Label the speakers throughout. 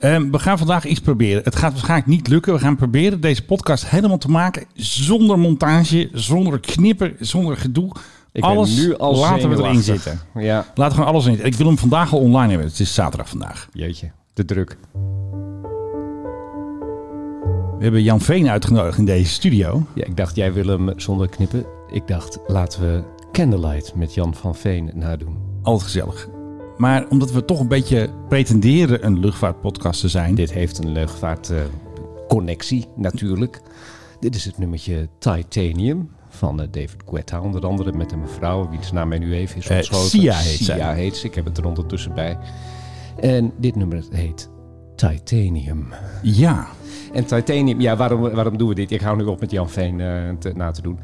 Speaker 1: Ehm, we gaan vandaag iets proberen. Het gaat waarschijnlijk niet lukken. We gaan proberen deze podcast helemaal te maken zonder montage, zonder knippen, zonder gedoe.
Speaker 2: Ik ben
Speaker 1: alles
Speaker 2: nu al
Speaker 1: laten we erin
Speaker 2: zenuwachtig.
Speaker 1: zitten.
Speaker 2: Ja.
Speaker 1: Laten we gewoon alles in zitten. Ik wil hem vandaag al online hebben. Het is zaterdag vandaag.
Speaker 2: Jeetje, de druk.
Speaker 1: We hebben Jan Veen uitgenodigd in deze studio.
Speaker 2: Ja, ik dacht, jij wil hem zonder knippen. Ik dacht, laten we Candlelight met Jan van Veen nadoen.
Speaker 1: Altijd gezellig. Maar omdat we toch een beetje pretenderen een luchtvaartpodcast te zijn.
Speaker 2: Dit heeft een luchtvaartconnectie, connectie natuurlijk. Dit is het nummertje Titanium van eh, David Guetta, onder andere met een mevrouw wiens naam mij nu even is
Speaker 1: Eh,
Speaker 2: ontschoten.
Speaker 1: Sia heet zij.
Speaker 2: Sia heet ze, ik heb het er ondertussen bij. En dit nummer heet Titanium.
Speaker 1: Ja,
Speaker 2: En titanium, ja, waarom, waarom doen we dit? Ik hou nu op met Jan Veen eh, te- na te doen.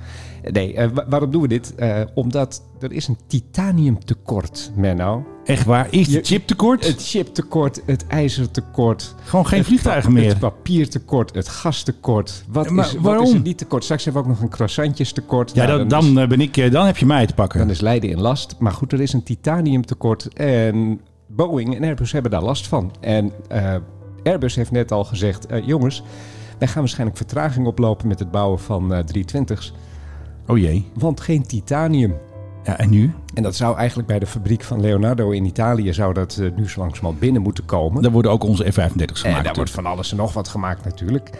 Speaker 2: Nee, eh, wa- waarom doen we dit? Eh, omdat er is een titaniumtekort, Menno.
Speaker 1: echt waar. Is
Speaker 2: Je-
Speaker 1: het chiptekort?
Speaker 2: Het chiptekort, het ijzertekort.
Speaker 1: Gewoon geen
Speaker 2: het
Speaker 1: vliegtuigen
Speaker 2: pa-
Speaker 1: meer.
Speaker 2: Het papiertekort, het gastekort. Wat,
Speaker 1: Ja, maar
Speaker 2: is, wat
Speaker 1: waarom?
Speaker 2: is er niet tekort? Straks hebben we ook nog een croissantjestekort.
Speaker 1: ja,
Speaker 2: Nou,
Speaker 1: dan,
Speaker 2: is-
Speaker 1: dan, eh, ben ik, eh, dan heb je mij te pakken.
Speaker 2: dan is Leiden in last. Maar goed, er is een titaniumtekort. En Boeing en Airbus hebben daar last van. En eh, Airbus heeft net al gezegd: eh, jongens, wij gaan waarschijnlijk vertraging oplopen met het bouwen van eh 320's.
Speaker 1: Oh jee.
Speaker 2: Want geen titanium.
Speaker 1: Ja, en nu?
Speaker 2: En dat zou eigenlijk bij de fabriek van Leonardo in Italië zou dat eh, nu zo langzamerhand binnen moeten komen.
Speaker 1: Daar worden ook onze F-35's
Speaker 2: en
Speaker 1: gemaakt.
Speaker 2: Eh, daar wordt van alles en nog wat gemaakt natuurlijk.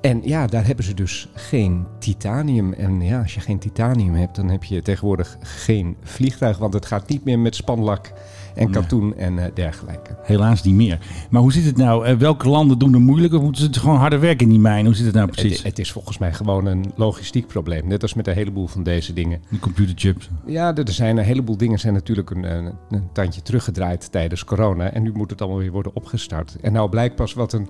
Speaker 2: En ja, daar hebben ze dus geen titanium. En ja, als je geen titanium hebt, dan heb je tegenwoordig geen vliegtuig. Want het gaat niet meer met spanlak en katoen en eh, dergelijke.
Speaker 1: Helaas niet meer. Maar hoe zit het nou? Eh, Welke landen doen er moeilijk of moeten ze gewoon harder werken in die mijn? Hoe zit het nou precies?
Speaker 2: Het, het is volgens mij gewoon een logistiek probleem. Net als met een heleboel van deze dingen.
Speaker 1: Die computerchips.
Speaker 2: Ja, er er zijn een heleboel dingen zijn natuurlijk een, een, een tandje teruggedraaid tijdens corona. En nu moet het allemaal weer worden opgestart. En nou blijkt pas wat een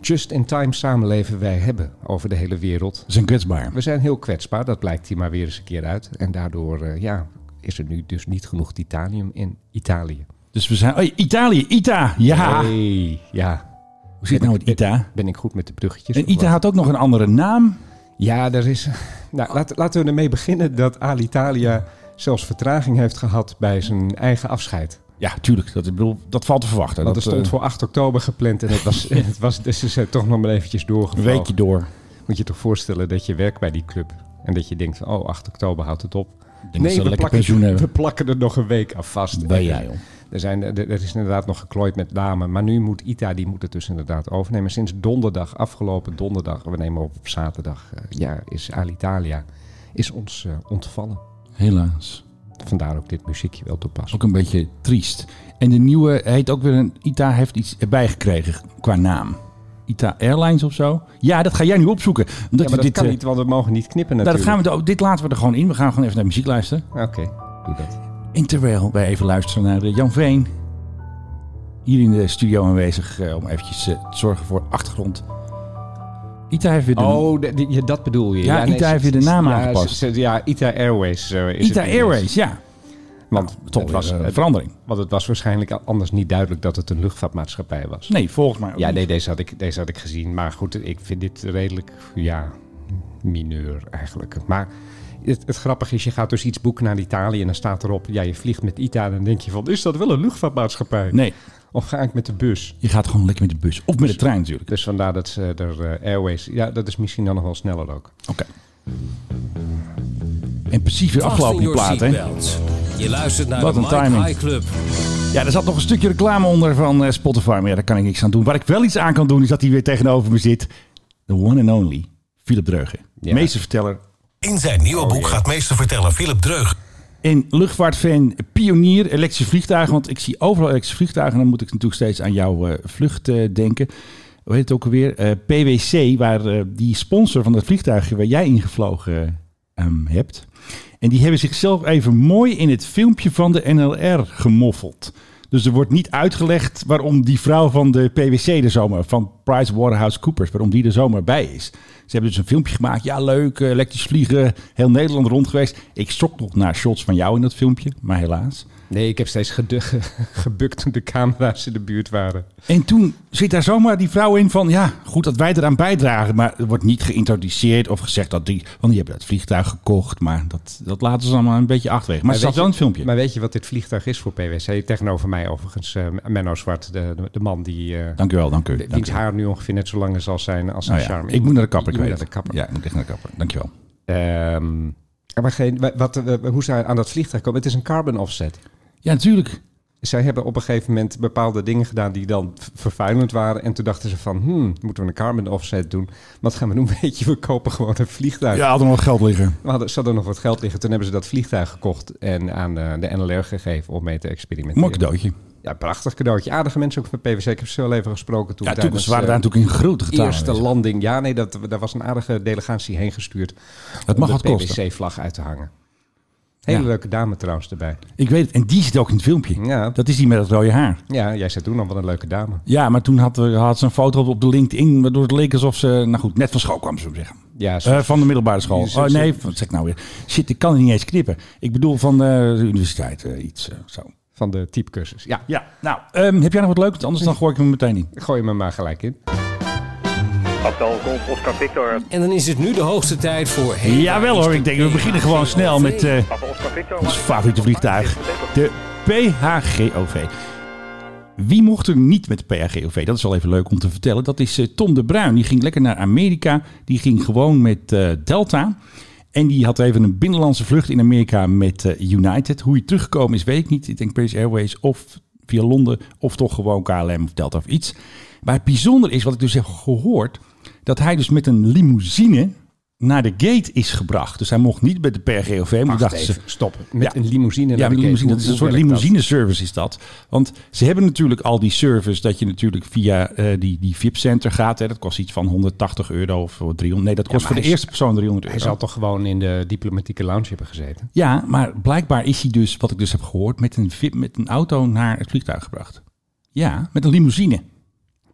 Speaker 2: just-in-time samenleving wij hebben over de hele wereld.
Speaker 1: Ze zijn kwetsbaar.
Speaker 2: We zijn heel kwetsbaar, dat blijkt hier maar weer eens een keer uit. En daardoor eh, ja, is er nu dus niet genoeg titanium in Italië.
Speaker 1: Dus we zijn... Oh, Italië, ITA! Ja!
Speaker 2: Hey, ja,
Speaker 1: Hoe zit het nou met ITA?
Speaker 2: ben ik goed met de bruggetjes?
Speaker 1: En
Speaker 2: of
Speaker 1: ITA
Speaker 2: wat?
Speaker 1: had ook nog een andere naam.
Speaker 2: Ja, daar is... Nou, laten, laten we ermee beginnen dat Alitalia zelfs vertraging heeft gehad bij zijn eigen afscheid.
Speaker 1: Ja, tuurlijk. Dat, ik bedoel, dat valt te verwachten.
Speaker 2: Want er stond
Speaker 1: eh,
Speaker 2: voor 8 oktober gepland en het was, en het was dus ze zijn toch nog maar eventjes
Speaker 1: een
Speaker 2: doorgevlogen.
Speaker 1: weekje door.
Speaker 2: Moet je toch voorstellen dat je werkt bij die club en dat je denkt, van, oh, 8 oktober houdt het op.
Speaker 1: Ik denk dat ze een lekker pensioen
Speaker 2: we
Speaker 1: hebben.
Speaker 2: plakken er nog een week aan vast.
Speaker 1: Ben jij, joh.
Speaker 2: Er, zijn, er er is inderdaad nog geklooid met namen, maar nu moet ITA, die moet het dus inderdaad overnemen. Sinds donderdag, afgelopen donderdag, we nemen op op zaterdag, eh, ja, is Alitalia, is ons eh, ontvallen.
Speaker 1: Helaas.
Speaker 2: Vandaar ook dit muziekje wel toepasselijk.
Speaker 1: Ook een beetje triest. En de nieuwe heet ook weer een... ITA heeft iets erbij gekregen qua naam. ITA Airlines of zo? Ja, dat ga jij nu opzoeken. Omdat
Speaker 2: Ja, maar
Speaker 1: we
Speaker 2: dat
Speaker 1: dit,
Speaker 2: kan
Speaker 1: eh,
Speaker 2: niet, want we mogen niet knippen
Speaker 1: Nou,
Speaker 2: natuurlijk.
Speaker 1: dat gaan we, er- dit laten we er gewoon in. We gaan gewoon even naar muziek luisteren.
Speaker 2: Oké, doe dat.
Speaker 1: En terwijl wij even luisteren naar eh, Jan Veen. Hier in de studio aanwezig eh, om eventjes eh, te zorgen voor achtergrond. Ita heeft weer de...
Speaker 2: Oh, de- die- ja, dat bedoel je.
Speaker 1: Ja, Ita
Speaker 2: ze-
Speaker 1: heeft weer de
Speaker 2: ze-
Speaker 1: naam
Speaker 2: ja,
Speaker 1: aangepast.
Speaker 2: ze- ze- ja, Ita Airways eh,
Speaker 1: Ita
Speaker 2: is het ineens.
Speaker 1: Airways, ja.
Speaker 2: Want,
Speaker 1: Toch eh,
Speaker 2: het
Speaker 1: was
Speaker 2: was,
Speaker 1: een verandering.
Speaker 2: want het was waarschijnlijk al- anders niet duidelijk dat het een luchtvaartmaatschappij was.
Speaker 1: Nee, volgens mij ook
Speaker 2: Ja,
Speaker 1: Oh, niet.
Speaker 2: nee, deze had, ik, deze had ik gezien. Maar goed, ik vind dit redelijk, ja, mineur eigenlijk. Maar het, het grappige is, je gaat dus iets boeken naar Italië en dan staat erop, ja, je vliegt met Ita. En dan denk je van, is dat wel een luchtvaartmaatschappij?
Speaker 1: Nee,
Speaker 2: Of ga ik met de bus?
Speaker 1: je gaat gewoon lekker met de bus. Of met de trein natuurlijk.
Speaker 2: Dus vandaar dat ze er eh, Airways, ja, dat is misschien dan nog wel sneller ook.
Speaker 1: Oké. En precies weer afgelopen die plaat, hè.
Speaker 3: Je luistert naar
Speaker 1: Wat
Speaker 3: de
Speaker 1: een
Speaker 3: Mike
Speaker 1: timing.
Speaker 3: High Club.
Speaker 1: Ja, er zat nog een stukje reclame onder van eh, Spotify. Maar ja, daar kan ik niks aan doen. Waar ik wel iets aan kan doen, is dat hij weer tegenover me zit. The one and only Philip Dreugen.
Speaker 2: Ja.
Speaker 1: Meesterverteller
Speaker 3: In zijn nieuwe boek gaat meester vertellen Philip Dreug.
Speaker 1: en luchtvaartfan, pionier, elektrische vliegtuigen. Want ik zie overal elektrische vliegtuigen. En dan moet ik natuurlijk steeds aan jouw eh, vlucht eh, denken. Hoe heet het ook alweer? Eh, PwC, waar eh, die sponsor van dat vliegtuig waar jij ingevlogen eh, ehm, hebt. En die hebben zichzelf even mooi in het filmpje van de NLR gemoffeld. Dus er wordt niet uitgelegd waarom die vrouw van de PwC er zomaar, van PricewaterhouseCoopers, waarom die er zomaar bij is. Ze hebben dus een filmpje gemaakt. Ja, leuk, eh, elektrisch vliegen, heel Nederland rond geweest. Ik schrok nog naar shots van jou in dat filmpje, maar helaas.
Speaker 2: Nee, ik heb steeds gedu- gebukt toen de camera's in de buurt waren.
Speaker 1: En toen zit daar zomaar die vrouw in van, ja, goed dat wij eraan bijdragen, maar er wordt niet geïntroduceerd of gezegd dat die, want die hebben dat vliegtuig gekocht, maar dat, dat laten ze allemaal een beetje achterwege. Maar, ze zat
Speaker 2: weet
Speaker 1: wel in het
Speaker 2: je-
Speaker 1: filmpje.
Speaker 2: Maar weet je wat dit vliegtuig is voor PwC? Tegenover mij overigens, eh, Menno Zwart, de, de, de man die... eh,
Speaker 1: dank u wel, dank u.
Speaker 2: wiens
Speaker 1: dank u.
Speaker 2: haar nu ongeveer net zo lang is als zijn, als zijn
Speaker 1: Nou ja,
Speaker 2: charme.
Speaker 1: ik moet naar de kapper,
Speaker 2: Je
Speaker 1: ik weet
Speaker 2: moet naar de kapper.
Speaker 1: Ja, ik moet echt naar de kapper. Dankjewel.
Speaker 2: Ehm, maar geen, wa- wat, eh, hoe ze aan dat vliegtuig komen, het is een carbon offset.
Speaker 1: Ja, natuurlijk.
Speaker 2: Zij hebben op een gegeven moment bepaalde dingen gedaan die dan v- vervuilend waren. En toen dachten ze van, hmm, moeten we een carbon offset doen? Wat gaan we doen? Weet je, we kopen gewoon een vliegtuig.
Speaker 1: Ja, had er nog geld liggen.
Speaker 2: We hadden, ze hadden nog wat geld liggen. Toen hebben ze dat vliegtuig gekocht en aan eh, de NLR gegeven om mee te experimenteren.
Speaker 1: Mooi cadeautje.
Speaker 2: Ja, prachtig cadeautje. Aardige mensen ook van PwC. Ik heb ze wel even gesproken toen.
Speaker 1: Ja, toen
Speaker 2: tijdens,
Speaker 1: ze waren
Speaker 2: eh,
Speaker 1: daar natuurlijk in grote
Speaker 2: de
Speaker 1: getalen.
Speaker 2: eerste
Speaker 1: aanwezig.
Speaker 2: landing. Ja, nee, dat, daar was een aardige delegatie heen gestuurd.
Speaker 1: Het mag
Speaker 2: om
Speaker 1: wat
Speaker 2: de
Speaker 1: kosten.
Speaker 2: PwC-vlag uit te hangen. Hele
Speaker 1: Ja.
Speaker 2: leuke dame trouwens erbij.
Speaker 1: Ik weet het. En die zit ook in het filmpje.
Speaker 2: Ja,
Speaker 1: Dat is die met dat rode haar.
Speaker 2: ja jij zei toen al wat een leuke dame.
Speaker 1: Ja, maar toen had, eh, had ze een foto op de LinkedIn, waardoor het leek alsof ze, nou goed, net van school kwam, zullen we zeggen.
Speaker 2: Ja,
Speaker 1: Eh, van de middelbare school.
Speaker 2: Zo-
Speaker 1: Oh,
Speaker 2: zo-
Speaker 1: nee, van- wat zeg ik nou weer? Shit, ik kan het niet eens knippen. Ik bedoel van eh, de universiteit, eh, iets eh, zo.
Speaker 2: van de typecursus. Ja,
Speaker 1: Ja, nou, ehm, heb jij nog wat leuks? Anders dan gooi ik hem er meteen in.
Speaker 2: gooi me maar gelijk in.
Speaker 4: Hotel Golf Oscar Victor.
Speaker 3: En dan is het nu de hoogste tijd voor...
Speaker 1: Jawel hoor, ik denk we beginnen gewoon snel met eh,
Speaker 4: Papa Oscar Victor.
Speaker 1: ons favoriete vliegtuig, de PHGOV. Wie mocht er niet met de PHGOV? Dat is wel even leuk om te vertellen. Dat is eh, Tom de Bruin. Die ging lekker naar Amerika. Die ging gewoon met eh, Delta. En die had even een binnenlandse vlucht in Amerika met eh, United. Hoe hij teruggekomen is, weet ik niet. Ik denk British Airways of via Londen of toch gewoon KLM of Delta of iets. Maar het bijzonder is, wat ik dus heb gehoord, dat hij dus met een limousine naar de gate is gebracht. Dus hij mocht niet bij de PRGOV. Maar dachten ze,
Speaker 2: stop. Met
Speaker 1: Ja.
Speaker 2: een limousine.
Speaker 1: ja,
Speaker 2: naar de
Speaker 1: maar
Speaker 2: gate.
Speaker 1: limousine, dat
Speaker 2: Hoe-
Speaker 1: is een
Speaker 2: hoe
Speaker 1: soort
Speaker 2: werkt dat?
Speaker 1: limousine-service is dat. Want ze hebben natuurlijk al die service dat je natuurlijk via eh, die, die VIP-center gaat. Hè. Dat kost iets van 180 euro of 300. Nee, dat kost
Speaker 2: maar
Speaker 1: voor de
Speaker 2: hij is-
Speaker 1: eerste persoon 300
Speaker 2: Hij
Speaker 1: euro.
Speaker 2: zal toch gewoon in de diplomatieke lounge hebben gezeten.
Speaker 1: Ja, maar blijkbaar is hij dus, wat ik dus heb gehoord, met een, VIP, met een auto naar het vliegtuig gebracht. Ja, met een limousine.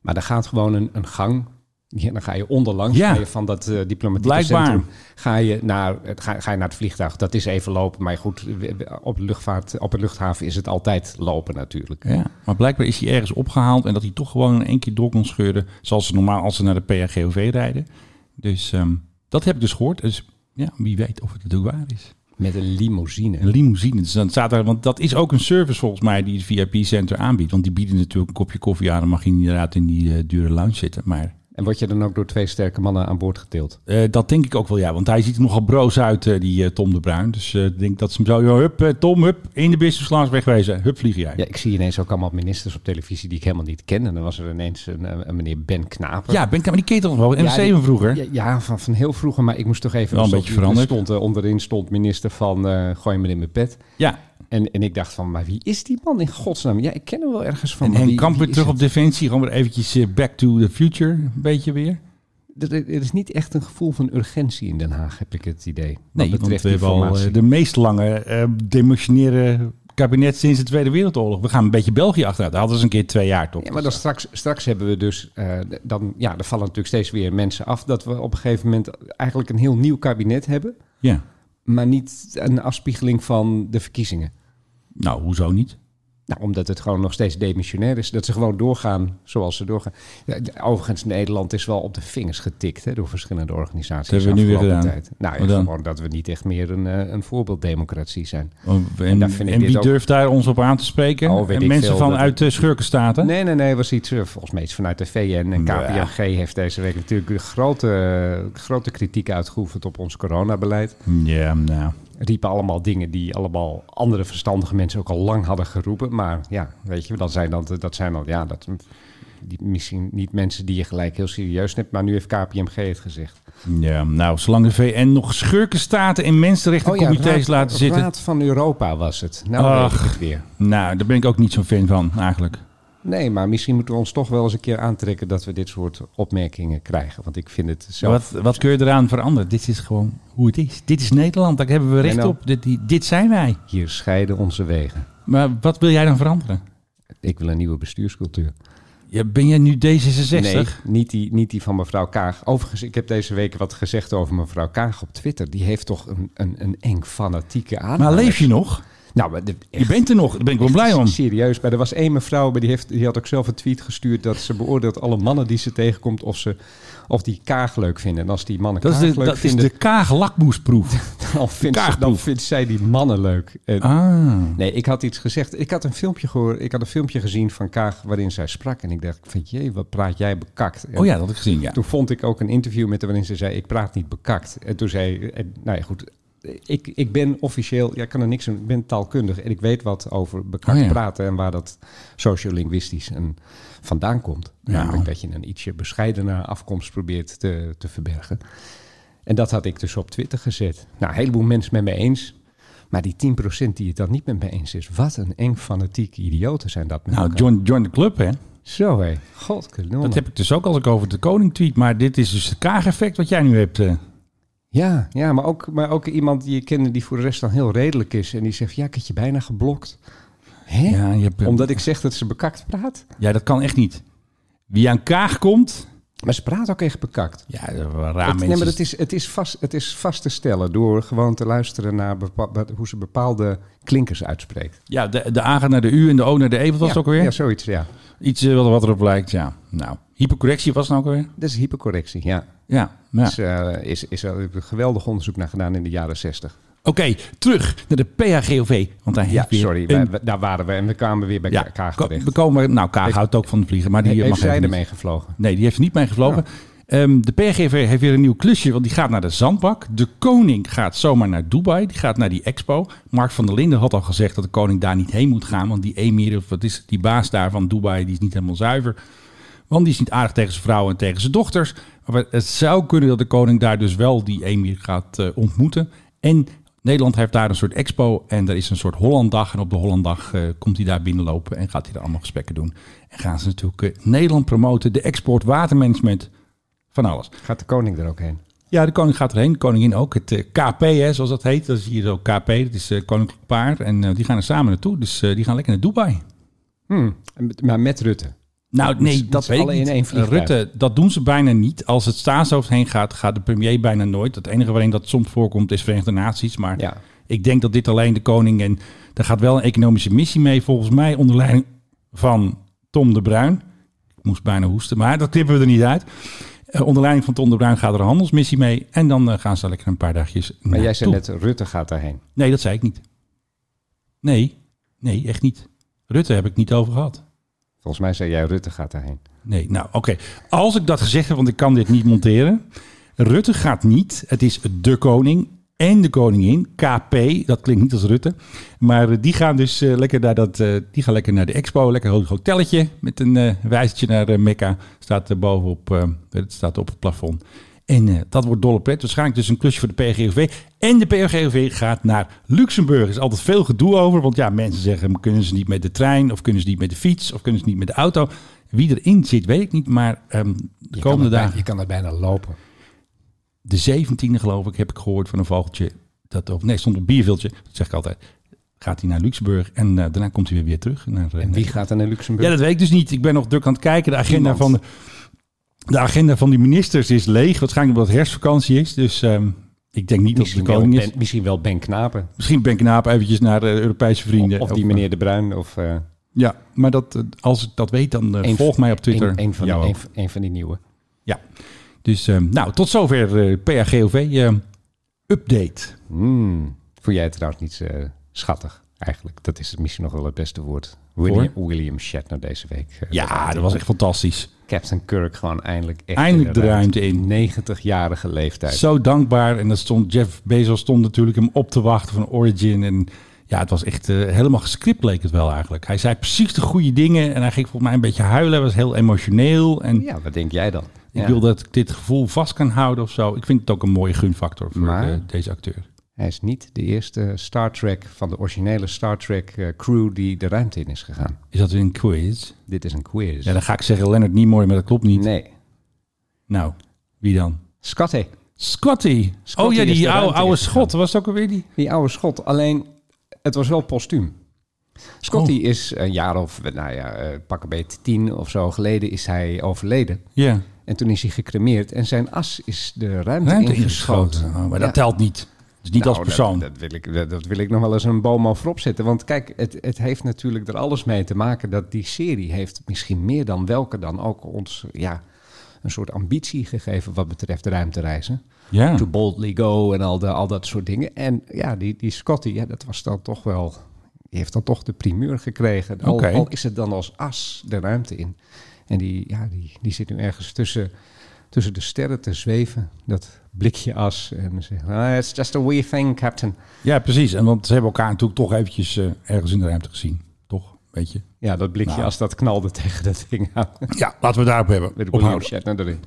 Speaker 2: Maar daar gaat gewoon een, een gang. Ja, dan ga je onderlangs
Speaker 1: Ja.
Speaker 2: ga je van dat eh, diplomatieke
Speaker 1: Blijkbaar.
Speaker 2: centrum. Ga je, naar het, ga, ga je naar het vliegtuig. Dat is even lopen. Maar goed, we- we- op de, luchtvaart, op de luchthaven is het altijd lopen natuurlijk.
Speaker 1: Ja, maar blijkbaar is hij ergens opgehaald en dat hij toch gewoon in één keer door kon scheuren. Zoals ze normaal als ze naar de PRGOV rijden. Dus ehm, dat heb ik dus gehoord. Dus ja, wie weet of het natuurlijk waar is.
Speaker 2: Met een limousine.
Speaker 1: Een limousine. Dus dan staat daar, want dat is ook een service volgens mij die het VIP-center aanbiedt. Want die bieden natuurlijk een kopje koffie aan. Dan mag je inderdaad in die eh, dure lounge zitten. Maar
Speaker 2: En word je dan ook door twee sterke mannen aan boord getild?
Speaker 1: eh, dat denk ik ook wel, ja. Want hij ziet er nogal broos uit, eh, die eh, Tom de Bruin. Dus eh, ik denk dat ze hem zo... joh, Hup, eh, Tom, hup, in de business class wegwezen. Hup, vlieg jij.
Speaker 2: Ja, ik zie ineens ook allemaal ministers op televisie die ik helemaal niet ken. En dan was er ineens een, eh, een meneer Ben Knapen.
Speaker 1: Ja, ben ik maar die ketel toch wel.
Speaker 2: Ja,
Speaker 1: NRC
Speaker 2: die-
Speaker 1: van vroeger.
Speaker 2: Ja, ja, van, van heel vroeger, maar ik moest toch even...
Speaker 1: Wel een
Speaker 2: er
Speaker 1: beetje veranderd.
Speaker 2: Stond, eh, onderin stond minister van eh, gooi me in mijn pet.
Speaker 1: Ja,
Speaker 2: En, en ik dacht van, maar wie is die man in godsnaam? Ja, ik ken hem wel ergens van.
Speaker 1: en
Speaker 2: maar
Speaker 1: Henk
Speaker 2: wie-
Speaker 1: Kamp
Speaker 2: wie
Speaker 1: weer
Speaker 2: is
Speaker 1: terug op
Speaker 2: het?
Speaker 1: defensie. Gewoon weer eventjes eh, back to the future. Een beetje weer.
Speaker 2: Er, er is niet echt een gevoel van urgentie in Den Haag, heb ik het idee. Wat
Speaker 1: Nee, want
Speaker 2: betreft
Speaker 1: we hebben al
Speaker 2: informatie.
Speaker 1: eh, de meest lange eh demissionaire kabinet sinds de Tweede Wereldoorlog. We gaan een beetje België achteruit. Dat hadden ze een keer twee jaar toch?
Speaker 2: Ja, maar dan straks, straks hebben we dus, eh, dan, ja, er vallen natuurlijk steeds weer mensen af dat we op een gegeven moment eigenlijk een heel nieuw kabinet hebben.
Speaker 1: Ja.
Speaker 2: maar niet een afspiegeling van de verkiezingen.
Speaker 1: Nou, hoezo niet?
Speaker 2: Nou, omdat het gewoon nog steeds demissionair is. Dat ze gewoon doorgaan zoals ze doorgaan. Ja, de- Overigens, Nederland is wel op de vingers getikt hè, door verschillende organisaties.
Speaker 1: Dat hebben we nu weer
Speaker 2: afgelopen
Speaker 1: gedaan.
Speaker 2: tijd. Nou,
Speaker 1: Wat
Speaker 2: ja,
Speaker 1: dan?
Speaker 2: gewoon dat we niet echt meer een, eh, een voorbeelddemocratie zijn.
Speaker 1: Oh, En,
Speaker 2: daar vind ik
Speaker 1: en
Speaker 2: dit
Speaker 1: wie
Speaker 2: ook-
Speaker 1: durft daar ons op aan te spreken?
Speaker 2: Oh, weet
Speaker 1: en
Speaker 2: ik
Speaker 1: mensen
Speaker 2: veel, dat-
Speaker 1: vanuit eh, schurkenstaten?
Speaker 2: Nee, nee, nee. was iets, eh, volgens mij iets vanuit de VN. En
Speaker 1: Ja.
Speaker 2: KPMG heeft deze week natuurlijk een grote, eh, grote kritiek uitgeoefend op ons coronabeleid.
Speaker 1: Ja, nou.
Speaker 2: Riepen allemaal dingen die allemaal andere verstandige mensen ook al lang hadden geroepen. Maar ja, weet je, dat zijn dan, dat zijn dan ja, dat, die, misschien niet mensen die je gelijk heel serieus neemt. Maar nu heeft KPMG het gezegd.
Speaker 1: Ja, nou, zolang de VN nog schurkenstaten in mensenrechtencomitees
Speaker 2: Oh Raad,
Speaker 1: laten zitten.
Speaker 2: Raad van Europa was het. Nou weet ik
Speaker 1: Ach.
Speaker 2: het weer.
Speaker 1: Nou, daar ben ik ook niet zo'n fan van, eigenlijk.
Speaker 2: Nee, maar misschien moeten we ons toch wel eens een keer aantrekken dat we dit soort opmerkingen krijgen. Want ik vind het zelf...
Speaker 1: Wat, wat kun je eraan veranderen? Dit is gewoon hoe het is. Dit is Nederland, daar hebben we recht
Speaker 2: nou.
Speaker 1: op. Dit, dit zijn wij.
Speaker 2: Hier scheiden onze wegen.
Speaker 1: Maar wat wil jij dan veranderen?
Speaker 2: Ik wil een nieuwe bestuurscultuur.
Speaker 1: Ja, ben jij nu D66?
Speaker 2: Nee, niet die, niet die van mevrouw Kaag. Overigens, ik heb deze week wat gezegd over mevrouw Kaag op Twitter. Die heeft toch een, een, een eng fanatieke aan.
Speaker 1: Maar leef je nog?
Speaker 2: Nou, maar de,
Speaker 1: Je bent er nog, daar ben ik wel blij om.
Speaker 2: Serieus, maar er was één mevrouw, maar die, heeft, die had ook zelf een tweet gestuurd dat ze beoordeelt alle mannen die ze tegenkomt of, ze, of die kaag leuk vinden. En als die mannen
Speaker 1: Dat is
Speaker 2: kaag
Speaker 1: de,
Speaker 2: leuk
Speaker 1: dat is
Speaker 2: vinden,
Speaker 1: de kaaglakmoesproef.
Speaker 2: dan, vindt ze, dan
Speaker 1: kaagproef.
Speaker 2: vindt zij die mannen leuk. En-
Speaker 1: Ah.
Speaker 2: Nee, ik had iets gezegd. Ik had een filmpje gehoord, ik had een filmpje gezien van Kaag waarin zij sprak. En ik dacht, van jee, wat praat jij bekakt. En
Speaker 1: Oh ja, dat had ik gezien, ja.
Speaker 2: Toen vond ik ook een interview met haar waarin ze zei, ik praat niet bekakt. En toen zei, en, nou ja, goed. Ik, ik ben officieel, ja, ik kan er niks aan, ik ben taalkundig en ik weet wat over bekakt
Speaker 1: Oh ja.
Speaker 2: praten en waar dat sociolinguïstisch en vandaan komt.
Speaker 1: Ja.
Speaker 2: Namelijk dat je een ietsje bescheidener afkomst probeert te, te verbergen. En dat had ik dus op Twitter gezet. Nou, een heleboel mensen met me eens. Maar die 10% die het dan niet met me eens is, wat een eng fanatieke idioten zijn dat. met
Speaker 1: Nou,
Speaker 2: elkaar.
Speaker 1: join, join the club, hè.
Speaker 2: Zo hé, godkanonnen.
Speaker 1: Dat heb ik dus ook als ik over de koning tweet. Maar dit is dus het kaag-effect wat jij nu hebt. eh.
Speaker 2: Ja, ja maar, ook, maar ook iemand die je kende die voor de rest dan heel redelijk is. En die zegt, ja, ik heb je bijna geblokt. Hè?
Speaker 1: Ja, je hebt, eh,
Speaker 2: Omdat ik zeg dat ze bekakt praat.
Speaker 1: ja, dat kan echt niet. Wie aan kaag komt...
Speaker 2: Maar ze praat ook echt bekakt.
Speaker 1: Ja, eh, raar
Speaker 2: Het,
Speaker 1: mensen.
Speaker 2: nee, maar het is, het, is vast, het is vast te stellen door gewoon te luisteren naar bepa- wat- hoe ze bepaalde klinkers uitspreekt.
Speaker 1: Ja, de, de A gaat naar de U en de O naar de E. Wat was
Speaker 2: ja,
Speaker 1: het ook alweer?
Speaker 2: Ja, zoiets, ja.
Speaker 1: Iets eh, wat erop lijkt, ja. Nou, hypercorrectie was het nou ook alweer?
Speaker 2: Dat is hypercorrectie, ja.
Speaker 1: Ja, nou. ja.
Speaker 2: Is, eh, is, is er een geweldig onderzoek naar gedaan in de jaren zestig.
Speaker 1: Oké, terug naar de PHGOV. Want daar
Speaker 2: Ja,
Speaker 1: heeft weer
Speaker 2: sorry,
Speaker 1: een-
Speaker 2: wij- wij- daar waren we en we kwamen weer bij
Speaker 1: ja,
Speaker 2: elkaar Kaag
Speaker 1: ko-
Speaker 2: terecht.
Speaker 1: we komen, nou, Kaag
Speaker 2: Heeft-
Speaker 1: houdt ook van de vliegen, maar die eh,
Speaker 2: Heeft
Speaker 1: mag
Speaker 2: zij
Speaker 1: even niet.
Speaker 2: ermee gevlogen?
Speaker 1: Nee, die heeft er niet mee gevlogen. Ehm, de PRGV heeft weer een nieuw klusje, want die gaat naar de zandbak. De koning gaat zomaar naar Dubai, die gaat naar die expo. Mark van der Linden had al gezegd dat de koning daar niet heen moet gaan, want die emir, of wat is het, die baas daar van Dubai, die is niet helemaal zuiver. Want die is niet aardig tegen zijn vrouw en tegen zijn dochters. Maar het zou kunnen dat de koning daar dus wel die emir gaat eh, ontmoeten. En Nederland heeft daar een soort expo en er is een soort Hollanddag. En op de Hollanddag eh, komt hij daar binnenlopen en gaat hij daar allemaal gesprekken doen. En gaan ze natuurlijk eh, Nederland promoten, de export, watermanagement, van alles.
Speaker 2: Gaat de koning er ook heen?
Speaker 1: Ja, de koning gaat erheen, de koningin ook. Het eh, KP, hè, zoals dat heet, dat is hier zo KP, dat is eh, Koninklijk Paard. En eh, die gaan er samen naartoe, dus eh, die gaan lekker naar Dubai.
Speaker 2: Hmm, met- maar met Rutte.
Speaker 1: Nou,
Speaker 2: Met
Speaker 1: nee,
Speaker 2: z'n- met
Speaker 1: dat
Speaker 2: z'n
Speaker 1: weet ik
Speaker 2: allen
Speaker 1: niet.
Speaker 2: in één vliegtuig.
Speaker 1: Rutte, dat doen ze bijna niet. Als het staatshoofd heen gaat, gaat de premier bijna nooit. Het enige waarin dat soms voorkomt is Verenigde Naties. Maar
Speaker 2: Ja.
Speaker 1: ik denk dat dit alleen de koning en... Er gaat wel een economische missie mee, volgens mij onder leiding van Tom de Bruin. Ik moest bijna hoesten, maar dat knippen we er niet uit. Eh, onder leiding van Tom de Bruin gaat er een handelsmissie mee. En dan eh, gaan ze lekker een paar dagjes
Speaker 2: Maar jij zei
Speaker 1: naartoe.
Speaker 2: net, Rutte gaat daarheen.
Speaker 1: Nee, dat zei ik niet. Nee, nee, echt niet. Rutte heb ik niet over gehad.
Speaker 2: Volgens mij zei jij, Rutte gaat daarheen.
Speaker 1: Nee, nou oké. Als ik dat gezegd heb, want ik kan dit niet monteren. Rutte gaat niet. Het is de koning en de koningin. KP, dat klinkt niet als Rutte. Maar eh, die gaan dus eh, lekker, naar dat, eh, die gaan lekker naar de expo. Lekker een hotelletje met een eh wijzertje naar eh, Mekka. Staat er bovenop, eh, het staat op het plafond. En eh, dat wordt dolle pret. Waarschijnlijk dus een klusje voor de PGOV. En de PGOV gaat naar Luxemburg. Er is altijd veel gedoe over. Want ja, mensen zeggen, kunnen ze niet met de trein? Of kunnen ze niet met de fiets? Of kunnen ze niet met de auto? Wie erin zit, weet ik niet. Maar ehm, de komende dagen...
Speaker 2: je kan er bijna lopen.
Speaker 1: De 17e, geloof ik, heb ik gehoord van een vogeltje. Dat, of nee, stond op bierviltje. Dat zeg ik altijd. Gaat hij naar Luxemburg en eh, daarna komt hij weer, weer terug. Naar, eh,
Speaker 2: En wie gaat er naar Luxemburg?
Speaker 1: Ja, dat weet ik dus niet. Ik ben nog druk aan het kijken. De agenda,
Speaker 2: Niemand.
Speaker 1: van de, de agenda van die ministers is leeg. Waarschijnlijk omdat het herfstvakantie is. Dus ehm, ik denk niet
Speaker 2: misschien,
Speaker 1: dat het de koning
Speaker 2: wel
Speaker 1: is.
Speaker 2: ben, misschien wel Ben Knapen.
Speaker 1: Misschien Ben Knaap eventjes naar eh, Europese vrienden.
Speaker 2: Of, die meneer De Bruin. Of eh,
Speaker 1: Ja, maar dat, eh, als ik dat weet, dan eh,
Speaker 2: een-
Speaker 1: volg mij op Twitter.
Speaker 2: Een, een van,
Speaker 1: Jou
Speaker 2: die-
Speaker 1: ook.
Speaker 2: een, een van die nieuwe.
Speaker 1: Ja. Dus ehm, nou, tot zover eh PAGOV. ehm, update.
Speaker 2: Hmm. Vond jij het trouwens niet eh, schattig? Eigenlijk, dat is misschien nog wel het beste woord. William, William Shatner deze week. eh,
Speaker 1: Ja, dat was echt fantastisch.
Speaker 2: Captain Kirk gewoon eindelijk echt
Speaker 1: Eindelijk de
Speaker 2: inderdaad
Speaker 1: ruimte in.
Speaker 2: 90-jarige leeftijd.
Speaker 1: Zo dankbaar. En dat stond, Jeff Bezos stond natuurlijk hem op te wachten van Origin. En ja, het was echt eh, helemaal gescript leek het wel eigenlijk. Hij zei precies de goede dingen. En hij ging volgens mij een beetje huilen. Hij was heel emotioneel. En
Speaker 2: Ja, wat denk jij dan?
Speaker 1: ik
Speaker 2: Ja.
Speaker 1: wil dat ik dit gevoel vast kan houden of zo. Ik vind het ook een mooie gunfactor voor
Speaker 2: Maar-
Speaker 1: eh, deze acteur.
Speaker 2: Hij is niet de eerste Star Trek van de originele Star Trek eh, crew die de ruimte in is gegaan.
Speaker 1: Is dat weer een quiz?
Speaker 2: Dit is een quiz.
Speaker 1: Ja, dan ga ik zeggen Leonard Nimoy, maar dat klopt niet.
Speaker 2: nee.
Speaker 1: Nou, wie dan?
Speaker 2: Scotty,
Speaker 1: Scotty.
Speaker 2: Scotty
Speaker 1: oh ja,
Speaker 2: is de
Speaker 1: die oude,
Speaker 2: ruimte
Speaker 1: oude
Speaker 2: ingegaan.
Speaker 1: schot. Was het ook alweer die?
Speaker 2: die oude schot. Alleen, het was wel postuum. Scotty
Speaker 1: Oh.
Speaker 2: is een jaar of, eh, nou ja, eh, pak een beetje tien of zo geleden is hij overleden.
Speaker 1: Ja.
Speaker 2: En toen is hij gecremeerd en zijn as is de ruimte,
Speaker 1: Ruimte
Speaker 2: ingeschoten.
Speaker 1: ingeschoten. Oh, maar dat telt niet. Dus niet
Speaker 2: Nou,
Speaker 1: als persoon.
Speaker 2: Dat, dat, wil ik, dat, dat wil ik nog wel eens een boom over opzetten. Want kijk, het, het heeft natuurlijk er alles mee te maken dat die serie heeft misschien meer dan welke dan ook ons ja, een soort ambitie gegeven wat betreft ruimtereizen.
Speaker 1: ja.
Speaker 2: To boldly go en al, de, al dat soort dingen. En ja, die, die Scotty, ja, dat was dan toch wel. Die heeft dan toch de primeur gekregen. Al,
Speaker 1: Oké.
Speaker 2: al is het dan als as de ruimte in. En die, ja, die, die zit nu ergens tussen, tussen de sterren te zweven. Dat blikje as. En zegt: "Ah, It's just a wee thing, Captain.
Speaker 1: ja, precies. En want ze hebben elkaar natuurlijk toch eventjes eh, ergens in de ruimte gezien. Toch? Weet je?
Speaker 2: Ja, dat blikje
Speaker 1: Nou.
Speaker 2: as dat knalde tegen dat ding aan.
Speaker 1: Ja, laten we daarop
Speaker 2: Met
Speaker 1: hebben.
Speaker 2: de William
Speaker 1: Ophouden.
Speaker 2: Shatner erin.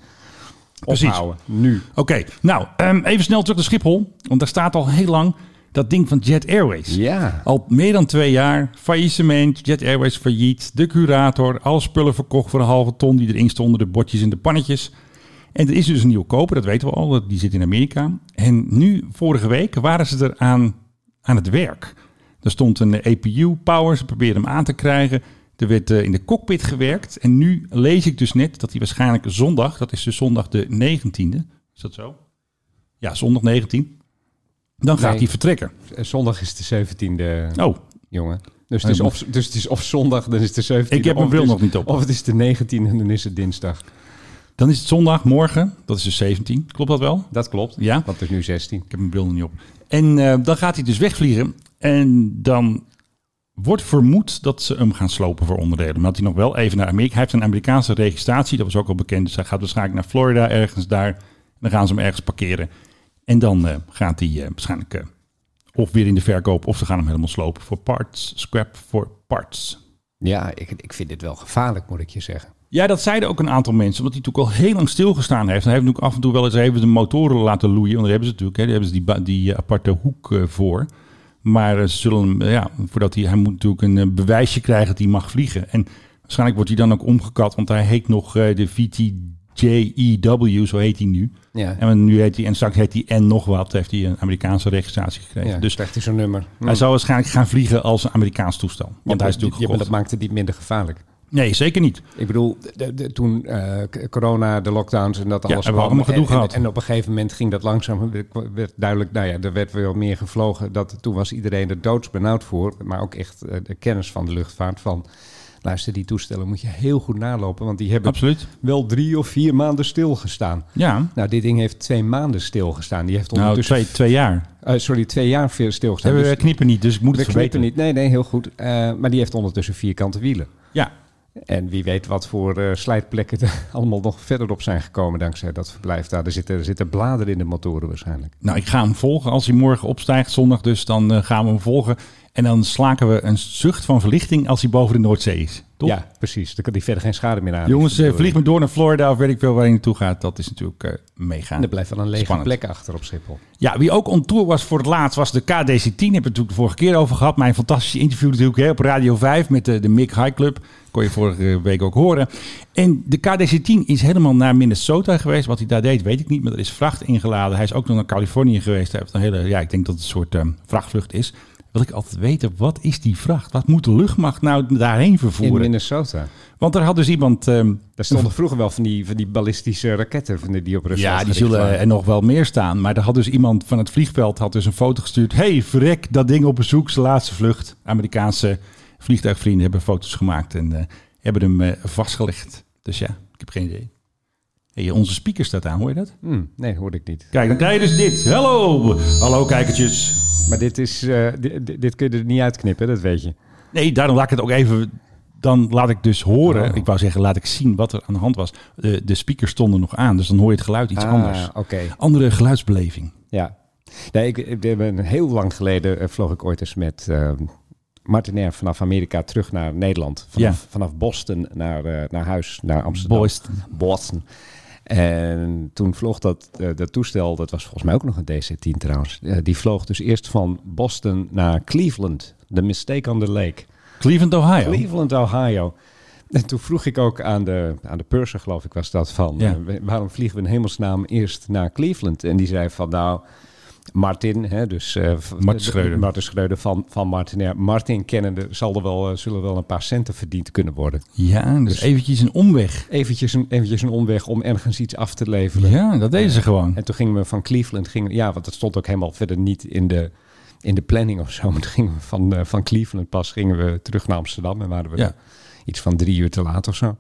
Speaker 1: Precies.
Speaker 2: Ophouden. Nu.
Speaker 1: Oké, nou, ehm, even snel terug naar Schiphol. Want daar staat al heel lang dat ding van Jet Airways.
Speaker 2: Ja.
Speaker 1: Al meer dan twee jaar. Faillissement, Jet Airways failliet, de curator. Alle spullen verkocht voor een halve ton die erin stonden. De bordjes en de pannetjes. En er is dus een nieuwe koper, dat weten we al. dat- Die zit in Amerika. En nu, vorige week, waren ze er aan, aan het werk. Er stond een eh, APU-power, ze probeerden hem aan te krijgen. Er werd eh, in de cockpit gewerkt. En nu lees ik dus net dat hij waarschijnlijk zondag... dat is dus zondag de 19e. Is dat zo? Ja, zondag 19. Dan gaat
Speaker 2: Nee.
Speaker 1: hij vertrekken.
Speaker 2: Eh, Zondag is de 17e.
Speaker 1: Oh,
Speaker 2: jongen. Dus het, is
Speaker 1: Ja,
Speaker 2: of, dus het is of zondag, dan is het de 17e.
Speaker 1: Ik heb mijn
Speaker 2: of het
Speaker 1: bril
Speaker 2: is-
Speaker 1: nog niet op.
Speaker 2: Of het is de 19e, dan is het dinsdag.
Speaker 1: Dan is het zondag, morgen. Dat is dus 17. Klopt dat wel?
Speaker 2: Dat klopt.
Speaker 1: Ja.
Speaker 2: Want het is nu 16.
Speaker 1: Ik heb mijn bril nog niet op. En eh, dan gaat hij dus wegvliegen. En dan wordt vermoed dat ze hem gaan slopen voor onderdelen. Maar dat hij nog wel even naar Amerika... Hij heeft een Amerikaanse registratie. Dat was ook al bekend. Dus hij gaat waarschijnlijk naar Florida ergens daar. En dan gaan ze hem ergens parkeren. En dan eh, gaat hij eh, waarschijnlijk... eh, of weer in de verkoop, of ze gaan hem helemaal slopen voor parts. Scrap voor parts.
Speaker 2: Ja, ik, ik vind dit wel gevaarlijk, moet ik je zeggen.
Speaker 1: Ja, dat zeiden ook een aantal mensen, omdat hij natuurlijk al heel lang stilgestaan heeft. En hij heeft natuurlijk af en toe wel eens even de motoren laten loeien. Want daar hebben ze natuurlijk, hè, daar hebben ze die, ba- die eh, aparte hoek eh, voor. Maar eh, ze zullen hem, eh, ja, voordat hij, hij moet natuurlijk een eh, bewijsje krijgen dat hij mag vliegen. En waarschijnlijk wordt hij dan ook omgekat, want hij heet nog eh, de VTJEW, E zo heet hij nu.
Speaker 2: Ja.
Speaker 1: En nu heet hij, en straks heet hij en nog wat, heeft hij een Amerikaanse registratie gekregen.
Speaker 2: Ja,
Speaker 1: dus
Speaker 2: dus krijgt hij zo'n nummer. Mm.
Speaker 1: hij zal waarschijnlijk gaan vliegen als een Amerikaans toestel. Want hij is natuurlijk
Speaker 2: Ja, maar
Speaker 1: gekocht.
Speaker 2: dat maakt het niet minder gevaarlijk.
Speaker 1: Nee, zeker niet.
Speaker 2: Ik bedoel, de- de- toen eh, k- corona, de lockdowns en dat
Speaker 1: hebben
Speaker 2: alles.
Speaker 1: we
Speaker 2: kwam,
Speaker 1: allemaal gedoe
Speaker 2: en, en-
Speaker 1: gehad.
Speaker 2: En, op een gegeven moment ging dat langzaam. werd- werd duidelijk, nou ja, er werd wel meer gevlogen. Dat, toen was iedereen er doodsbenauwd voor. Maar ook echt eh, de kennis van de luchtvaart. Van luister, die toestellen moet je heel goed nalopen. Want die hebben
Speaker 1: Absoluut.
Speaker 2: wel drie of vier maanden stilgestaan.
Speaker 1: Ja.
Speaker 2: Nou, dit ding heeft twee maanden stilgestaan. Die heeft
Speaker 1: Nou,
Speaker 2: ondertussen.
Speaker 1: twee, twee jaar.
Speaker 2: eh, sorry, twee jaar veel stilgestaan.
Speaker 1: Hebben
Speaker 2: Dus
Speaker 1: we knippen niet, dus ik moet
Speaker 2: we
Speaker 1: het verbeteren.
Speaker 2: knippen niet. Nee, nee, heel goed. Eh, maar die heeft ondertussen vierkante wielen.
Speaker 1: Ja,
Speaker 2: En wie weet wat voor eh, slijtplekken er allemaal nog verder op zijn gekomen dankzij dat verblijf daar. Er zitten, er zitten bladeren in de motoren waarschijnlijk.
Speaker 1: nou ik ga hem volgen. Als hij morgen opstijgt, zondag dus, dan eh, gaan we hem volgen. En dan slaken we een zucht van verlichting als hij boven de Noordzee is. Toch?
Speaker 2: Ja, precies. Dan kan die verder geen schade meer aan.
Speaker 1: Jongens, eh, vlieg me door naar Florida of weet ik veel waar hij naartoe gaat. Dat is natuurlijk eh meegaan.
Speaker 2: En er blijft wel een lege
Speaker 1: Spannend.
Speaker 2: plek achter op Schiphol.
Speaker 1: Ja, wie ook on tour was voor het laatst was de KDC-10. Hebben we het natuurlijk de vorige keer over gehad. Mijn fantastische interview natuurlijk hè, op Radio 5 met de, de Mick High Club. Kon je vorige week ook horen. En de KDC-10 is helemaal naar Minnesota geweest. Wat hij daar deed, weet ik niet. Maar er is vracht ingeladen. Hij is ook nog naar Californië geweest. Hij heeft een hele, ja, ik denk dat het een soort eh, vrachtvlucht is. Wil ik altijd weten, wat is die vracht? Wat moet de luchtmacht nou daarheen
Speaker 2: In
Speaker 1: vervoeren?
Speaker 2: Minnesota.
Speaker 1: Want er had dus iemand... ehm,
Speaker 2: Daar stonden vroeger wel van die, van die ballistische raketten van die, die op Rusland
Speaker 1: Ja, die
Speaker 2: gericht
Speaker 1: zullen
Speaker 2: waren.
Speaker 1: er nog wel meer staan. Maar er had dus iemand van het vliegveld had dus een foto gestuurd. hey, verrek, dat ding op bezoek, zijn laatste vlucht. Amerikaanse vliegtuigvrienden hebben foto's gemaakt en eh, hebben hem eh, vastgelegd. Dus ja, ik heb geen idee. Hey, onze speaker staat aan, hoor je dat?
Speaker 2: Hm, nee, hoorde ik niet.
Speaker 1: Kijk, dan krijg je dus dit. Hallo! Hallo kijkertjes.
Speaker 2: Maar dit, is, eh, di- di- dit kun je er niet uitknippen, dat weet je.
Speaker 1: Nee, daarom laat ik het ook even... Dan laat ik dus horen, ik wou zeggen, laat ik zien wat er aan de hand was. De, de speakers stonden nog aan, dus dan hoor je het geluid iets
Speaker 2: Ah,
Speaker 1: anders.
Speaker 2: oké.
Speaker 1: Andere geluidsbeleving.
Speaker 2: Ja. Nee, ik, ik ben een heel lang geleden eh, vloog ik ooit eens met eh, Martin Air vanaf Amerika terug naar Nederland. Vanaf, vanaf Boston naar, eh, naar huis, naar Amsterdam.
Speaker 1: Boston.
Speaker 2: Boston. En toen vloog dat, eh, dat toestel, dat was volgens mij ook nog een DC-10 trouwens. eh, die vloog dus eerst van Boston naar Cleveland. The Mistake on the Lake.
Speaker 1: Cleveland, Ohio.
Speaker 2: Cleveland, Ohio. En toen vroeg ik ook aan de, aan de purser, geloof ik, was dat van...
Speaker 1: Ja.
Speaker 2: eh, waarom vliegen we in hemelsnaam eerst naar Cleveland? En die zei van, nou, Martin, hè, dus eh, v-
Speaker 1: Mart Schreuder.
Speaker 2: de- Martin Schreuder van, van Martin. Ja, Martin kennende zal er wel, eh, zullen wel een paar centen verdiend kunnen worden.
Speaker 1: Ja, dus eventjes een omweg.
Speaker 2: Eventjes een, eventjes een omweg om ergens iets af te leveren.
Speaker 1: Ja, dat deden ze gewoon.
Speaker 2: En toen gingen we van Cleveland, gingen, ja, want dat stond ook helemaal verder niet in de, in de planning of zo. Maar toen gingen we van, eh, van Cleveland pas gingen we terug naar Amsterdam en waren we
Speaker 1: Ja.
Speaker 2: iets van drie uur te laat of zo.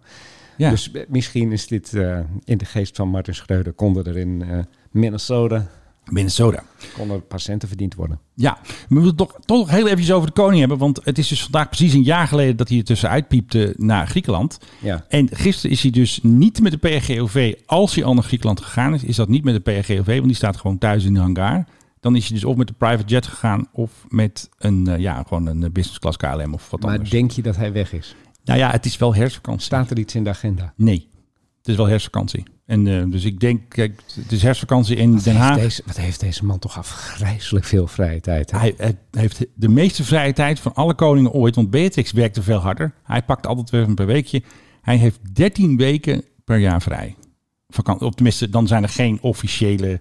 Speaker 1: Ja.
Speaker 2: Dus eh, misschien is dit eh, in de geest van Martin Schreuder, konden er in eh, Minnesota
Speaker 1: Minnesota.
Speaker 2: konden er patiënten verdiend worden.
Speaker 1: Ja, we moeten toch, toch nog heel eventjes over de koning hebben. Want het is dus vandaag precies een jaar geleden dat hij er tussenuit piepte naar Griekenland.
Speaker 2: Ja.
Speaker 1: En gisteren is hij dus niet met de PRGOV. Als hij al naar Griekenland gegaan is, is dat niet met de PRGOV. Want die staat gewoon thuis in de hangar. Dan is hij dus of met de private jet gegaan of met een, eh, ja, gewoon een eh, business class KLM of wat
Speaker 2: Maar
Speaker 1: anders.
Speaker 2: denk je dat hij weg is?
Speaker 1: Nou ja, het is wel herfstvakantie.
Speaker 2: Staat er iets in de agenda?
Speaker 1: Nee, het is wel herfstvakantie. En eh, dus ik denk, kijk, het is herfstvakantie in Den
Speaker 2: Heeft
Speaker 1: Haag.
Speaker 2: deze, wat heeft deze man toch afgrijzelijk veel vrije tijd. hè?
Speaker 1: Hij, hij heeft de meeste vrije tijd van alle koningen ooit. Want Beatrix werkte veel harder. Hij pakt altijd weer een per weekje. Hij heeft 13 weken per jaar vrij. Vakant, of tenminste, dan zijn er geen officiële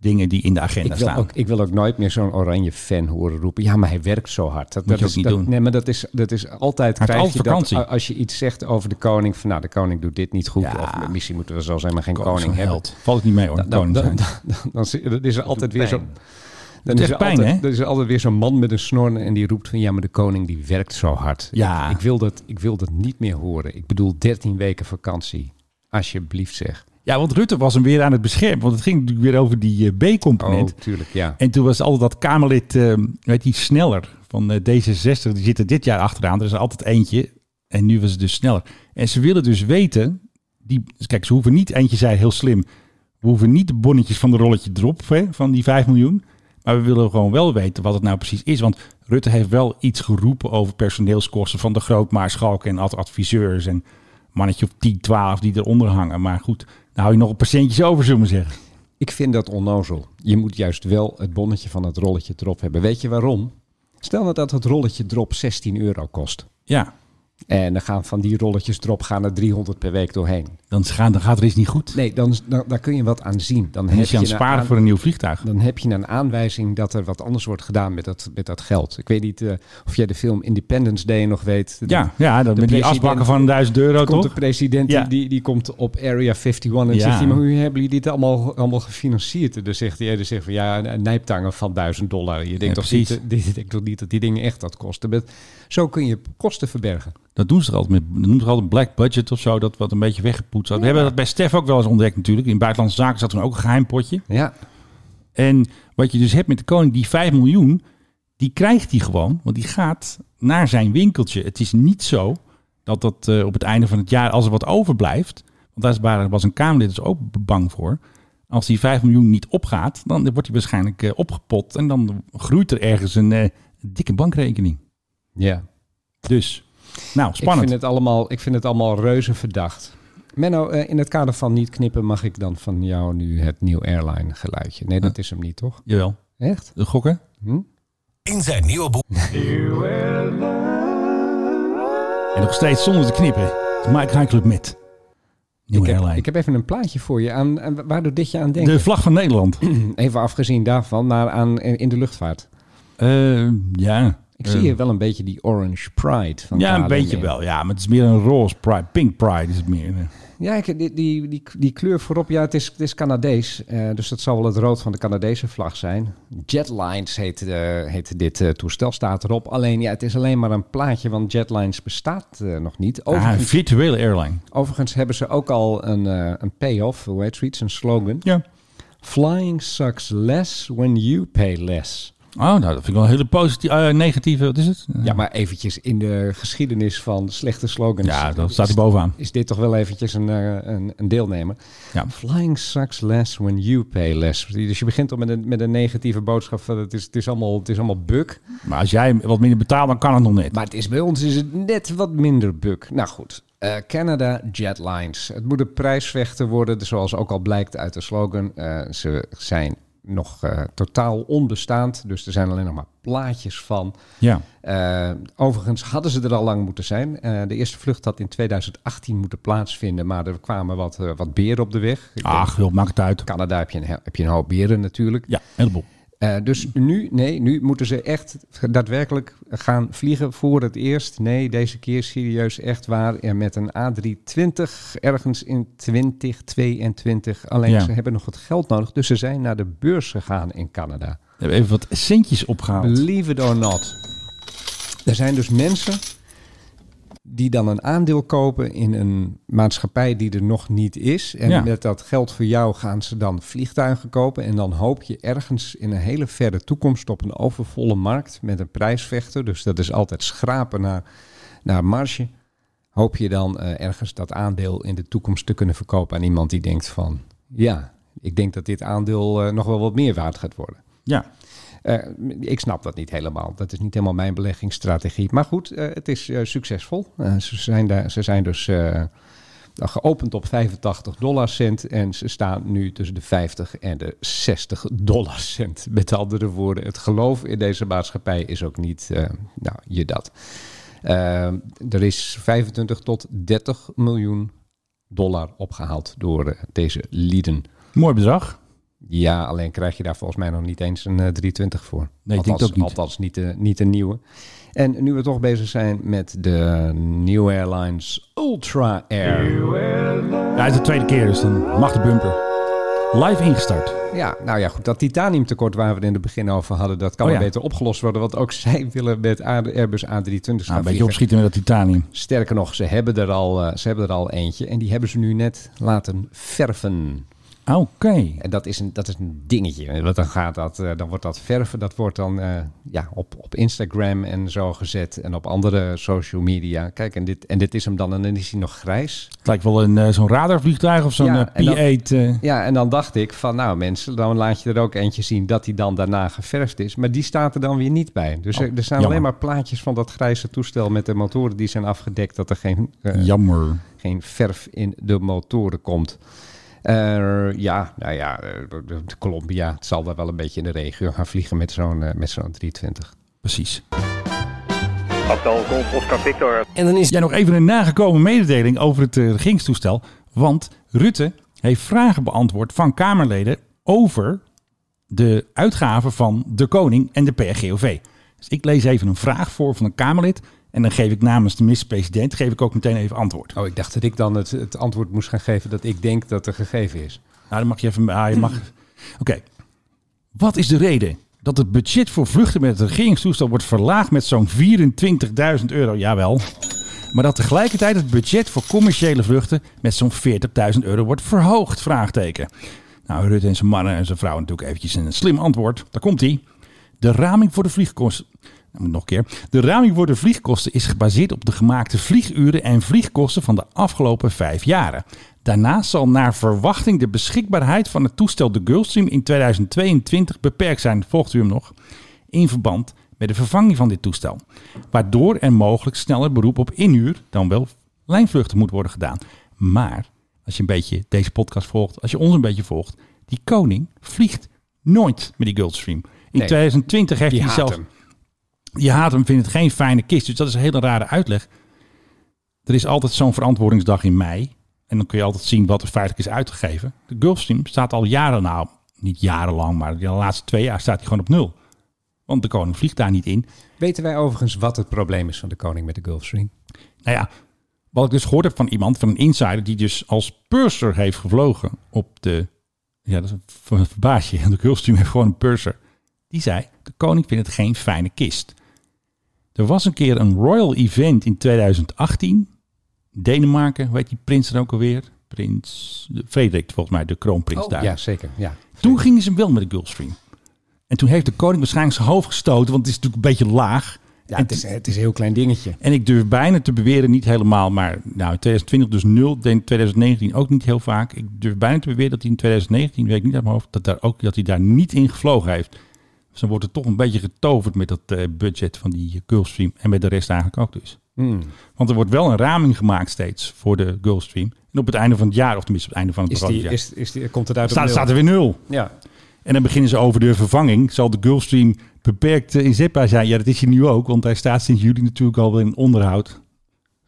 Speaker 1: dingen die in de agenda
Speaker 2: Ik wil,
Speaker 1: staan.
Speaker 2: ook, ik wil ook nooit meer zo'n oranje fan horen roepen. Ja, maar hij werkt zo hard. Dat,
Speaker 1: Moet je
Speaker 2: dat
Speaker 1: ook
Speaker 2: is,
Speaker 1: niet
Speaker 2: dat-
Speaker 1: doen.
Speaker 2: Nee, maar dat is, dat is altijd.
Speaker 1: Hij heeft
Speaker 2: krijg
Speaker 1: altijd
Speaker 2: je dat,
Speaker 1: vakantie.
Speaker 2: a- als je iets zegt over de koning. Van nou, de koning doet dit niet goed.
Speaker 1: Ja.
Speaker 2: Of misschien moeten we zo zijn, maar geen
Speaker 1: Zo'n
Speaker 2: koning hebben.
Speaker 1: held. Valt het niet mee hoor,
Speaker 2: Dan, dan,
Speaker 1: koning
Speaker 2: dan,
Speaker 1: zijn.
Speaker 2: Nou, dan- dan zie- dan is er altijd weer zo'n. Dan
Speaker 1: Doet
Speaker 2: is,
Speaker 1: echt
Speaker 2: er
Speaker 1: pijn,
Speaker 2: altijd,
Speaker 1: hè?
Speaker 2: dan is er altijd weer zo'n man met een snor en die roept van ja, maar de koning die werkt zo hard.
Speaker 1: Ja.
Speaker 2: Ik, ik wil dat, ik wil dat niet meer horen. Ik bedoel 13 weken vakantie. Alsjeblieft zeg.
Speaker 1: Ja, want Rutte was hem weer aan het beschermen. Want het ging natuurlijk weer over die eh,
Speaker 2: Oh,
Speaker 1: B-component.
Speaker 2: tuurlijk, ja.
Speaker 1: En toen was altijd dat Kamerlid, eh, weet die, sneller van eh, D66. Die zitten dit jaar achteraan. Er is er altijd eentje. En nu was het dus sneller. En ze willen dus weten. Die, kijk, ze hoeven niet, eentje zei heel slim. We hoeven niet de bonnetjes van de rolletje erop hè, van die 5 miljoen. Maar we willen gewoon wel weten wat het nou precies is. Want Rutte heeft wel iets geroepen over personeelskosten van de grootmaarschalken en ad- adviseurs. En mannetje op 10, 12 die eronder hangen. Maar goed, nou hou je nog een paar centjes over, zullen we maar zeggen.
Speaker 2: Ik vind dat onnozel. Je moet juist wel het bonnetje van het rolletje erop hebben. Weet je waarom? Stel nou dat het rolletje erop 16 euro kost.
Speaker 1: Ja,
Speaker 2: En dan gaan van die rolletjes erop gaan er 300 per week doorheen.
Speaker 1: dan, gaan, dan gaat er iets niet goed.
Speaker 2: Nee, dan, dan, daar kun je wat aan zien. Dan
Speaker 1: En
Speaker 2: heb
Speaker 1: is je aan het
Speaker 2: een
Speaker 1: sparen
Speaker 2: aan-
Speaker 1: voor een nieuw vliegtuig.
Speaker 2: dan heb je een aanwijzing dat er wat anders wordt gedaan met dat, met dat geld. Ik weet niet eh, of jij de film Independence Day nog weet.
Speaker 1: Ja, ja dan
Speaker 2: de
Speaker 1: met die
Speaker 2: president-
Speaker 1: afbakken van 1000 euro,
Speaker 2: Dan komt
Speaker 1: toch?
Speaker 2: de president
Speaker 1: Ja.
Speaker 2: die- die, die komt op Area 51 en
Speaker 1: Ja.
Speaker 2: zegt hij, maar hoe hebben jullie dit allemaal, allemaal gefinancierd? En dan zegt hij, eh, dan zegt van ja, nijptangen van 1000 dollar. Je denkt, toch niet,
Speaker 1: precies.
Speaker 2: die- je denkt toch niet dat die dingen echt dat kosten? Met- zo kun je kosten verbergen.
Speaker 1: Dat doen ze er altijd met. Dat noemen ze er altijd black budget of zo. Dat wat een beetje weggepoetst had. We hebben dat bij Stef ook wel eens ontdekt natuurlijk. In buitenlandse zaken zat toen ook een geheim potje.
Speaker 2: Ja,
Speaker 1: En wat je dus hebt met de koning, die 5 miljoen, die krijgt hij gewoon. Want die gaat naar zijn winkeltje. Het is niet zo dat dat eh, op het einde van het jaar, als er wat overblijft. Want daar is- waren- was een Kamerlid dus ook bang voor. Als die 5 miljoen niet opgaat, dan wordt hij waarschijnlijk eh, opgepot. En dan groeit er ergens een eh, dikke bankrekening.
Speaker 2: ja.
Speaker 1: Dus, nou,
Speaker 2: Ik, vind
Speaker 1: spannend.
Speaker 2: het allemaal, ik vind het allemaal reuze verdacht. Menno, eh, in het kader van niet knippen mag ik dan van jou nu het nieuw airline geluidje. Nee, dat is hem niet, toch?
Speaker 1: Jawel.
Speaker 2: Echt?
Speaker 1: De gokken?
Speaker 3: In zijn nieuwe boek.
Speaker 1: En nog steeds zonder te knippen. De Mike High Club met. Nieuwe
Speaker 2: Ik heb,
Speaker 1: airline.
Speaker 2: ik heb even een plaatje voor je. Aan, aan- waardoor dit je aan denkt.
Speaker 1: De vlag van Nederland.
Speaker 2: Even afgezien daarvan, maar aan, in de luchtvaart.
Speaker 1: Eh, ja.
Speaker 2: Ik
Speaker 1: Eh,
Speaker 2: zie hier wel een beetje die Orange Pride. Van
Speaker 1: Ja, een
Speaker 2: KLM
Speaker 1: beetje
Speaker 2: in.
Speaker 1: wel. Ja, maar het is meer een roze pride. Pink pride is het meer. eh.
Speaker 2: Ja, ik, die, die, die, die kleur voorop, ja, het is, het is Canadees. eh, dus dat zal wel het rood van de Canadese vlag zijn. Jetlines heet, eh, heet dit eh, toestel, staat erop. Alleen, ja, het is alleen maar een plaatje, want Jetlines bestaat eh, nog niet.
Speaker 1: Ah, een
Speaker 2: Overigens,
Speaker 1: virtuele airline.
Speaker 2: overigens hebben ze ook al een, eh een payoff, hoe heet zoiets, een slogan.
Speaker 1: Ja.
Speaker 2: Flying sucks less when you pay less.
Speaker 1: Oh, nou, dat vind ik wel een hele positieve, eh, negatieve, wat is het?
Speaker 2: Ja, maar eventjes in de geschiedenis van slechte slogans.
Speaker 1: Ja, dat staat er bovenaan.
Speaker 2: Is dit toch wel eventjes een, eh, een, een deelnemer?
Speaker 1: Ja.
Speaker 2: Flying sucks less when you pay less. Dus je begint al met een, met een negatieve boodschap. Van het, is, het, is allemaal, het is allemaal buk.
Speaker 1: Maar als jij wat minder betaalt, dan kan het nog net.
Speaker 2: Maar het is, bij ons is het net wat minder buk. Nou goed, Eh, Canada Jetlines. Het moet een prijsvechter worden, dus zoals ook al blijkt uit de slogan. Eh, ze zijn nog eh, totaal onbestaand. Dus er zijn alleen nog maar plaatjes van.
Speaker 1: Ja.
Speaker 2: Eh, overigens hadden ze er al lang moeten zijn. Eh, de eerste vlucht had in 2018 moeten plaatsvinden, maar er kwamen wat, eh, wat beren op de weg. Ik denk,
Speaker 1: Ah. Ach, joh, maakt het uit.
Speaker 2: Canada heb je, een, he- heb je een hoop beren natuurlijk.
Speaker 1: Ja, een heleboel.
Speaker 2: Eh, dus nu, nee, nu moeten ze echt daadwerkelijk gaan vliegen voor het eerst. Nee, deze keer serieus echt waar. En met een A320 ergens in 2022. Alleen
Speaker 1: Ja.
Speaker 2: ze hebben nog wat geld nodig. Dus ze zijn naar de beurs gegaan in Canada.
Speaker 1: We hebben even wat centjes opgehaald.
Speaker 2: Believe it or not. Er zijn dus mensen die dan een aandeel kopen in een maatschappij die er nog niet is. En
Speaker 1: Ja.
Speaker 2: met dat geld voor jou gaan ze dan vliegtuigen kopen. En dan hoop je ergens in een hele verre toekomst op een overvolle markt met een prijsvechter. Dus dat is altijd schrapen naar, naar marge. Hoop je dan eh, ergens dat aandeel in de toekomst te kunnen verkopen aan iemand die denkt van... Ja, ik denk dat dit aandeel eh, nog wel wat meer waard gaat worden.
Speaker 1: Ja,
Speaker 2: Eh, ik snap dat niet helemaal. Dat is niet helemaal mijn beleggingsstrategie. Maar goed, eh, het is eh, succesvol. Eh, ze, zijn daar, ze zijn dus eh, geopend op 85 dollarcent. En ze staan nu tussen de 50 en de 60 dollarcent. Met andere woorden, het geloof in deze maatschappij is ook niet, eh, nou, je dat. Eh, er is 25 tot 30 miljoen dollar opgehaald door eh, deze lieden.
Speaker 1: mooi bedrag.
Speaker 2: Ja, alleen krijg je daar volgens mij nog niet eens een eh, 320 voor.
Speaker 1: Nee, ik denk
Speaker 2: althans,
Speaker 1: het ook niet.
Speaker 2: Althans, niet, de, niet een nieuwe. En nu we toch bezig zijn met de New Airlines Ultra Air.
Speaker 1: Ja, het is de tweede keer, dus dan mag de bumper. Live ingestart.
Speaker 2: Ja, nou ja, goed. Dat titaniumtekort waar we het in het begin over hadden, dat kan
Speaker 1: Oh
Speaker 2: wel
Speaker 1: ja.
Speaker 2: beter opgelost worden. Want ook zij willen met A- Airbus A320
Speaker 1: Nou,
Speaker 2: gaan
Speaker 1: een beetje
Speaker 2: vliegen.
Speaker 1: opschieten met dat titanium.
Speaker 2: Sterker nog, ze hebben, er al, eh, ze hebben er al eentje. En die hebben ze nu net laten verven.
Speaker 1: Oké.
Speaker 2: En dat is een, dat is een dingetje. Want dan, gaat dat, eh, dan wordt dat verven, dat wordt dan eh, ja, op, op Instagram en zo gezet en op andere social media. Kijk, en dit, en dit is hem dan en dan is hij nog grijs.
Speaker 1: Het lijkt wel een, eh, zo'n radarvliegtuig of zo'n
Speaker 2: Ja,
Speaker 1: eh,
Speaker 2: en dat-
Speaker 1: P-8. eh.
Speaker 2: Ja, en dan dacht ik van nou mensen, dan laat je er ook eentje zien dat hij dan daarna geverfd is. Maar die staat er dan weer niet bij. Dus er, er staan
Speaker 1: jammer.
Speaker 2: alleen maar plaatjes van dat grijze toestel met de motoren die zijn afgedekt. Dat er geen eh,
Speaker 1: Jammer.
Speaker 2: geen verf in de motoren komt. Eh, ja, nou ja, eh, de- de Colombia het zal daar wel een beetje in de regio gaan vliegen met zo'n eh, met zo'n 320.
Speaker 1: Precies.
Speaker 4: Abdal Golf Oscar Victor.
Speaker 3: En dan is
Speaker 1: Jij nog even een nagekomen mededeling over het eh, regeringstoestel. Want Rutte heeft vragen beantwoord van Kamerleden over de uitgaven van de Koning en de PRGOV. Dus ik lees even een vraag voor van een Kamerlid. En dan geef ik namens de minister-president geef ik ook meteen even antwoord.
Speaker 2: Oh, ik dacht dat ik dan het, het antwoord moest gaan geven dat ik denk dat er gegeven is.
Speaker 1: Nou, dan mag je even. Ah, je mag. Oké. Wat is de reden dat het budget voor vluchten met het regeringstoestel wordt verlaagd met zo'n 24.000 euro? Jawel. Maar dat tegelijkertijd het budget voor commerciële vluchten met zo'n 40.000 euro wordt verhoogd? Vraagteken. Nou, Rutte en zijn mannen en zijn vrouw natuurlijk eventjes een slim antwoord. Daar komt hij. De raming voor de vliegkosten. Nou, Nog een keer. De raming voor de vliegkosten is gebaseerd op de gemaakte vlieguren en vliegkosten van de afgelopen vijf jaren. Daarnaast zal naar verwachting de beschikbaarheid van het toestel de Gulfstream in 2022 beperkt zijn. Volgt u hem nog? In verband met de vervanging van dit toestel. Waardoor er mogelijk sneller beroep op inhuur dan wel lijnvluchten moet worden gedaan. Maar als je een beetje deze podcast volgt, als je ons een beetje volgt, die koning vliegt nooit met die Gulfstream. In
Speaker 2: Nee.
Speaker 1: 2020 heeft
Speaker 2: Die
Speaker 1: hij
Speaker 2: haat
Speaker 1: zelf
Speaker 2: hem.
Speaker 1: je haat hem, vindt het geen fijne kist. Dus dat is een hele rare uitleg. Er is altijd zo'n verantwoordingsdag in mei. En dan kun je altijd zien wat er feitelijk is uitgegeven. De Gulfstream staat al jaren, nou niet jarenlang, maar de laatste twee jaar staat hij gewoon op nul. Want de koning vliegt daar niet in.
Speaker 2: Weten wij overigens wat het probleem is van de koning met de Gulfstream?
Speaker 1: Nou ja, wat ik dus gehoord heb van iemand, van een insider, die dus als purser heeft gevlogen op de. Ja, dat is een ver- verbaas je. De Gulfstream heeft gewoon een purser. Die zei: De koning vindt het geen fijne kist. Er was een keer een royal event in 2018. Denemarken, hoe heet die prins dan ook alweer? Prins Frederik, volgens mij, de kroonprins daar.
Speaker 2: Oh. ja, zeker. Ja.
Speaker 1: Toen gingen ze wel met de Gulfstream. En toen heeft de koning waarschijnlijk zijn hoofd gestoten, want het is natuurlijk een beetje laag.
Speaker 2: Ja,
Speaker 1: En
Speaker 2: het, is, het is een heel klein dingetje.
Speaker 1: en ik durf bijna te beweren, niet helemaal, maar nou, in 2020 dus nul, denk ik 2019 ook niet heel vaak. Ik durf bijna te beweren dat hij in 2019, weet ik niet uit mijn hoofd, dat, daar ook, dat hij daar niet in gevlogen heeft. Dus dan wordt er toch een beetje getoverd met dat eh, budget van die eh, Gulfstream en met de rest eigenlijk ook dus. Want er wordt wel een raming gemaakt steeds voor de Gulfstream. En op het einde van het jaar, of tenminste op het einde van het
Speaker 2: Is die,
Speaker 1: programmajaar,
Speaker 2: is, is die, komt het uit op
Speaker 1: staat,
Speaker 2: nul?
Speaker 1: staat er weer nul.
Speaker 2: Ja.
Speaker 1: En dan beginnen ze over de vervanging. Zal de Gulfstream beperkt eh, inzetbaar zijn? Ja, dat is hij nu ook, want hij staat sinds juli natuurlijk al in onderhoud.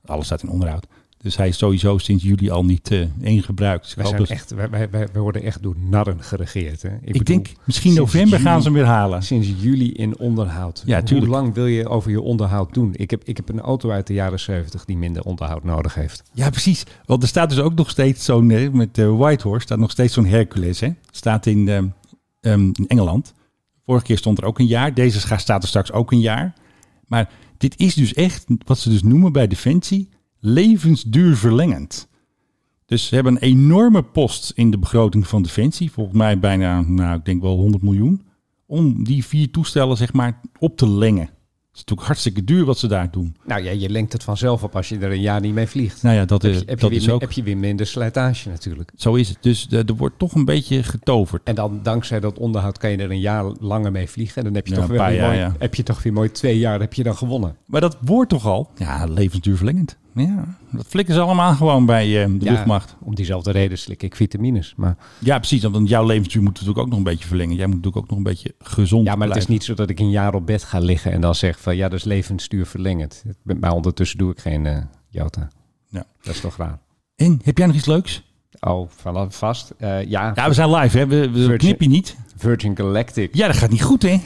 Speaker 1: Alles staat in onderhoud. Dus hij is sowieso sinds juli al niet eh één gebruikt. Ik
Speaker 2: Wij,
Speaker 1: hoop
Speaker 2: zijn
Speaker 1: dat-
Speaker 2: echt, wij, wij, wij wij worden echt door narren geregeerd. Hè?
Speaker 1: dus. ik
Speaker 2: bedoel,
Speaker 1: denk, misschien
Speaker 2: sinds
Speaker 1: november gaan
Speaker 2: juli-
Speaker 1: ze hem weer halen.
Speaker 2: Sinds juli in onderhoud.
Speaker 1: Ja,
Speaker 2: Hoe
Speaker 1: tuurlijk.
Speaker 2: lang wil je over je onderhoud doen? Ik heb, ik heb een auto uit de jaren 70 die minder onderhoud nodig heeft.
Speaker 1: Ja, precies. Want er staat dus ook nog steeds zo'n, eh, met eh, Whitehorse staat nog steeds zo'n Hercules. Hè? Staat in, ehm, ehm, in Engeland. Vorige keer stond er ook een jaar. Deze scha- staat er straks ook een jaar. Maar dit is dus echt, wat ze dus noemen bij Defensie, levensduur verlengend. Dus ze hebben een enorme post in de begroting van Defensie. Volgens mij bijna, nou, ik denk wel 100 miljoen. Om die vier toestellen, zeg maar, op te lengen. Het is natuurlijk hartstikke duur wat ze daar doen.
Speaker 2: Nou ja, je lengt het vanzelf op als je er een jaar niet mee vliegt.
Speaker 1: Nou ja, dat,
Speaker 2: heb,
Speaker 1: is-
Speaker 2: je, heb, je
Speaker 1: dat
Speaker 2: weer,
Speaker 1: is
Speaker 2: mi-
Speaker 1: ook...
Speaker 2: heb je weer minder slijtage natuurlijk.
Speaker 1: Zo is het. Dus eh, er wordt toch een beetje getoverd.
Speaker 2: En dan dankzij dat onderhoud kan je er een jaar langer mee vliegen. En dan heb je,
Speaker 1: Ja,
Speaker 2: toch,
Speaker 1: een
Speaker 2: weer
Speaker 1: paar
Speaker 2: weer
Speaker 1: jaar,
Speaker 2: mooi,
Speaker 1: ja.
Speaker 2: heb je toch weer mooi twee jaar heb je dan gewonnen.
Speaker 1: Maar dat wordt toch al? Ja, levensduur verlengend. Ja, dat flikken ze allemaal gewoon bij eh, de
Speaker 2: Ja,
Speaker 1: luchtmacht.
Speaker 2: Om diezelfde reden slik ik vitamines. Maar,
Speaker 1: Ja, precies. Want jouw levensduur moet natuurlijk ook nog een beetje verlengen. Jij moet natuurlijk ook nog een beetje gezond
Speaker 2: ja, maar het is
Speaker 1: blijven.
Speaker 2: niet zo dat ik een jaar op bed ga liggen en dan zeg van ja, dat is levensduur verlengend. Maar ondertussen doe ik geen eh jota.
Speaker 1: Ja.
Speaker 2: Dat is toch raar.
Speaker 1: En, heb jij nog iets leuks?
Speaker 2: Oh, vanaf vast. Eh, ja,
Speaker 1: Ja, we zijn live, hè? We, we
Speaker 2: Virgin.
Speaker 1: knip je niet.
Speaker 2: Virgin Galactic.
Speaker 1: Ja, dat gaat niet goed, hè?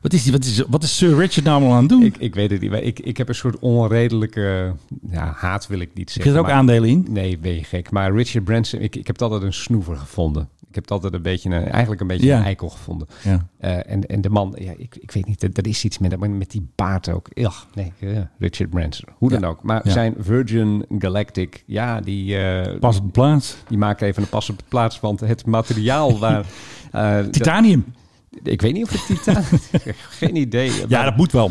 Speaker 1: Wat is, die, wat is, wat is Sir Richard nou allemaal aan het doen?
Speaker 2: Ik, ik weet het niet. maar Ik, ik heb een soort onredelijke ja, haat, wil ik niet
Speaker 1: Zit
Speaker 2: zeggen.
Speaker 1: er ook
Speaker 2: maar-
Speaker 1: aandelen in?
Speaker 2: Nee, ben je gek. Maar Richard Branson, ik, ik heb het altijd een snoever gevonden. Ik heb het altijd een beetje een, eigenlijk een beetje
Speaker 1: Ja.
Speaker 2: een eikel gevonden.
Speaker 1: Ja.
Speaker 2: Eh, en, en de man, ja, ik, ik weet niet, er, er is iets met, hem, maar met die baard ook. Ugh, nee, eh, Richard Branson, hoe dan
Speaker 1: Ja.
Speaker 2: ook. Maar
Speaker 1: Ja.
Speaker 2: zijn Virgin Galactic, ja, die, eh,
Speaker 1: Pas op de plaats.
Speaker 2: die maken even een pas op de plaats. Want het materiaal waar... eh, dat-
Speaker 1: Titanium.
Speaker 2: ik weet niet of het titaan... geen idee.
Speaker 1: Ja, dat moet wel.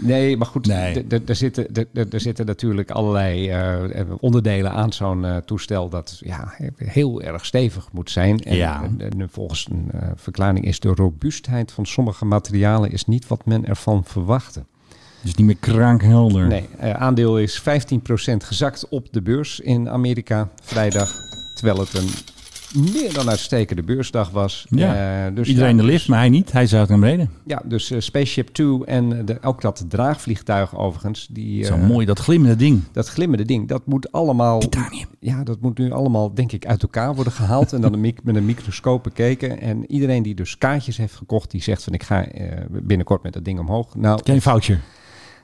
Speaker 2: Nee, maar goed,
Speaker 1: Nee.
Speaker 2: d- d- daar zitten, d- d- daar zitten natuurlijk allerlei eh, onderdelen aan zo'n eh, toestel dat ja, heel erg stevig moet zijn. En,
Speaker 1: Ja.
Speaker 2: en- en volgens een eh, verklaring is de robuustheid van sommige materialen is niet wat men ervan verwachtte.
Speaker 1: Dus niet meer krankhelder.
Speaker 2: Nee, eh, aandeel is 15% gezakt op de beurs in Amerika vrijdag, terwijl het een meer dan uitstekende beursdag was.
Speaker 1: Ja.
Speaker 2: Eh, dus
Speaker 1: Iedereen
Speaker 2: ja,
Speaker 1: de lift, maar hij niet. Hij zou het naar beneden.
Speaker 2: Ja, dus eh, Spaceship Two en de, ook dat draagvliegtuig overigens. Die,
Speaker 1: Zo
Speaker 2: eh,
Speaker 1: mooi, dat glimmende ding.
Speaker 2: dat glimmende ding, dat moet allemaal.
Speaker 1: Titanium.
Speaker 2: Ja, dat moet nu allemaal, denk ik, uit elkaar worden gehaald. En dan een mic- met een microscoop bekeken. En iedereen die dus kaartjes heeft gekocht, die zegt van ik ga eh, binnenkort met dat ding omhoog. Nou,
Speaker 1: Geen voucher.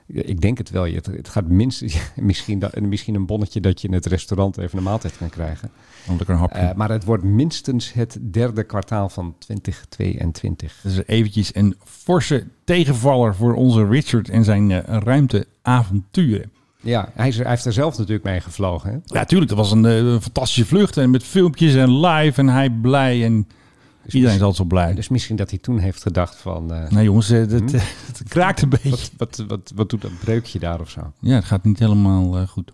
Speaker 2: ik denk het wel. Je- Het, het gaat minstens misschien, dat- misschien een bonnetje dat je in het restaurant even een maaltijd kan krijgen.
Speaker 1: Dan lekker een hapje.
Speaker 2: Eh, maar het wordt minstens het derde kwartaal van 2022.
Speaker 1: Dat is eventjes een forse tegenvaller voor onze Richard en zijn eh, ruimteavonturen.
Speaker 2: Ja, hij, is, er- hij heeft er zelf natuurlijk mee gevlogen. Hè?
Speaker 1: Ja, tuurlijk, dat was een eh, fantastische vlucht. En met filmpjes en live en hij blij. En iedereen is altijd zo blij.
Speaker 2: Dus misschien dat hij toen heeft gedacht van... eh,
Speaker 1: nou jongens, eh, dat, het kraakt een beetje.
Speaker 2: wat, wat, wat, wat doet dat breukje daar of zo?
Speaker 1: Ja, het gaat niet helemaal eh, goed.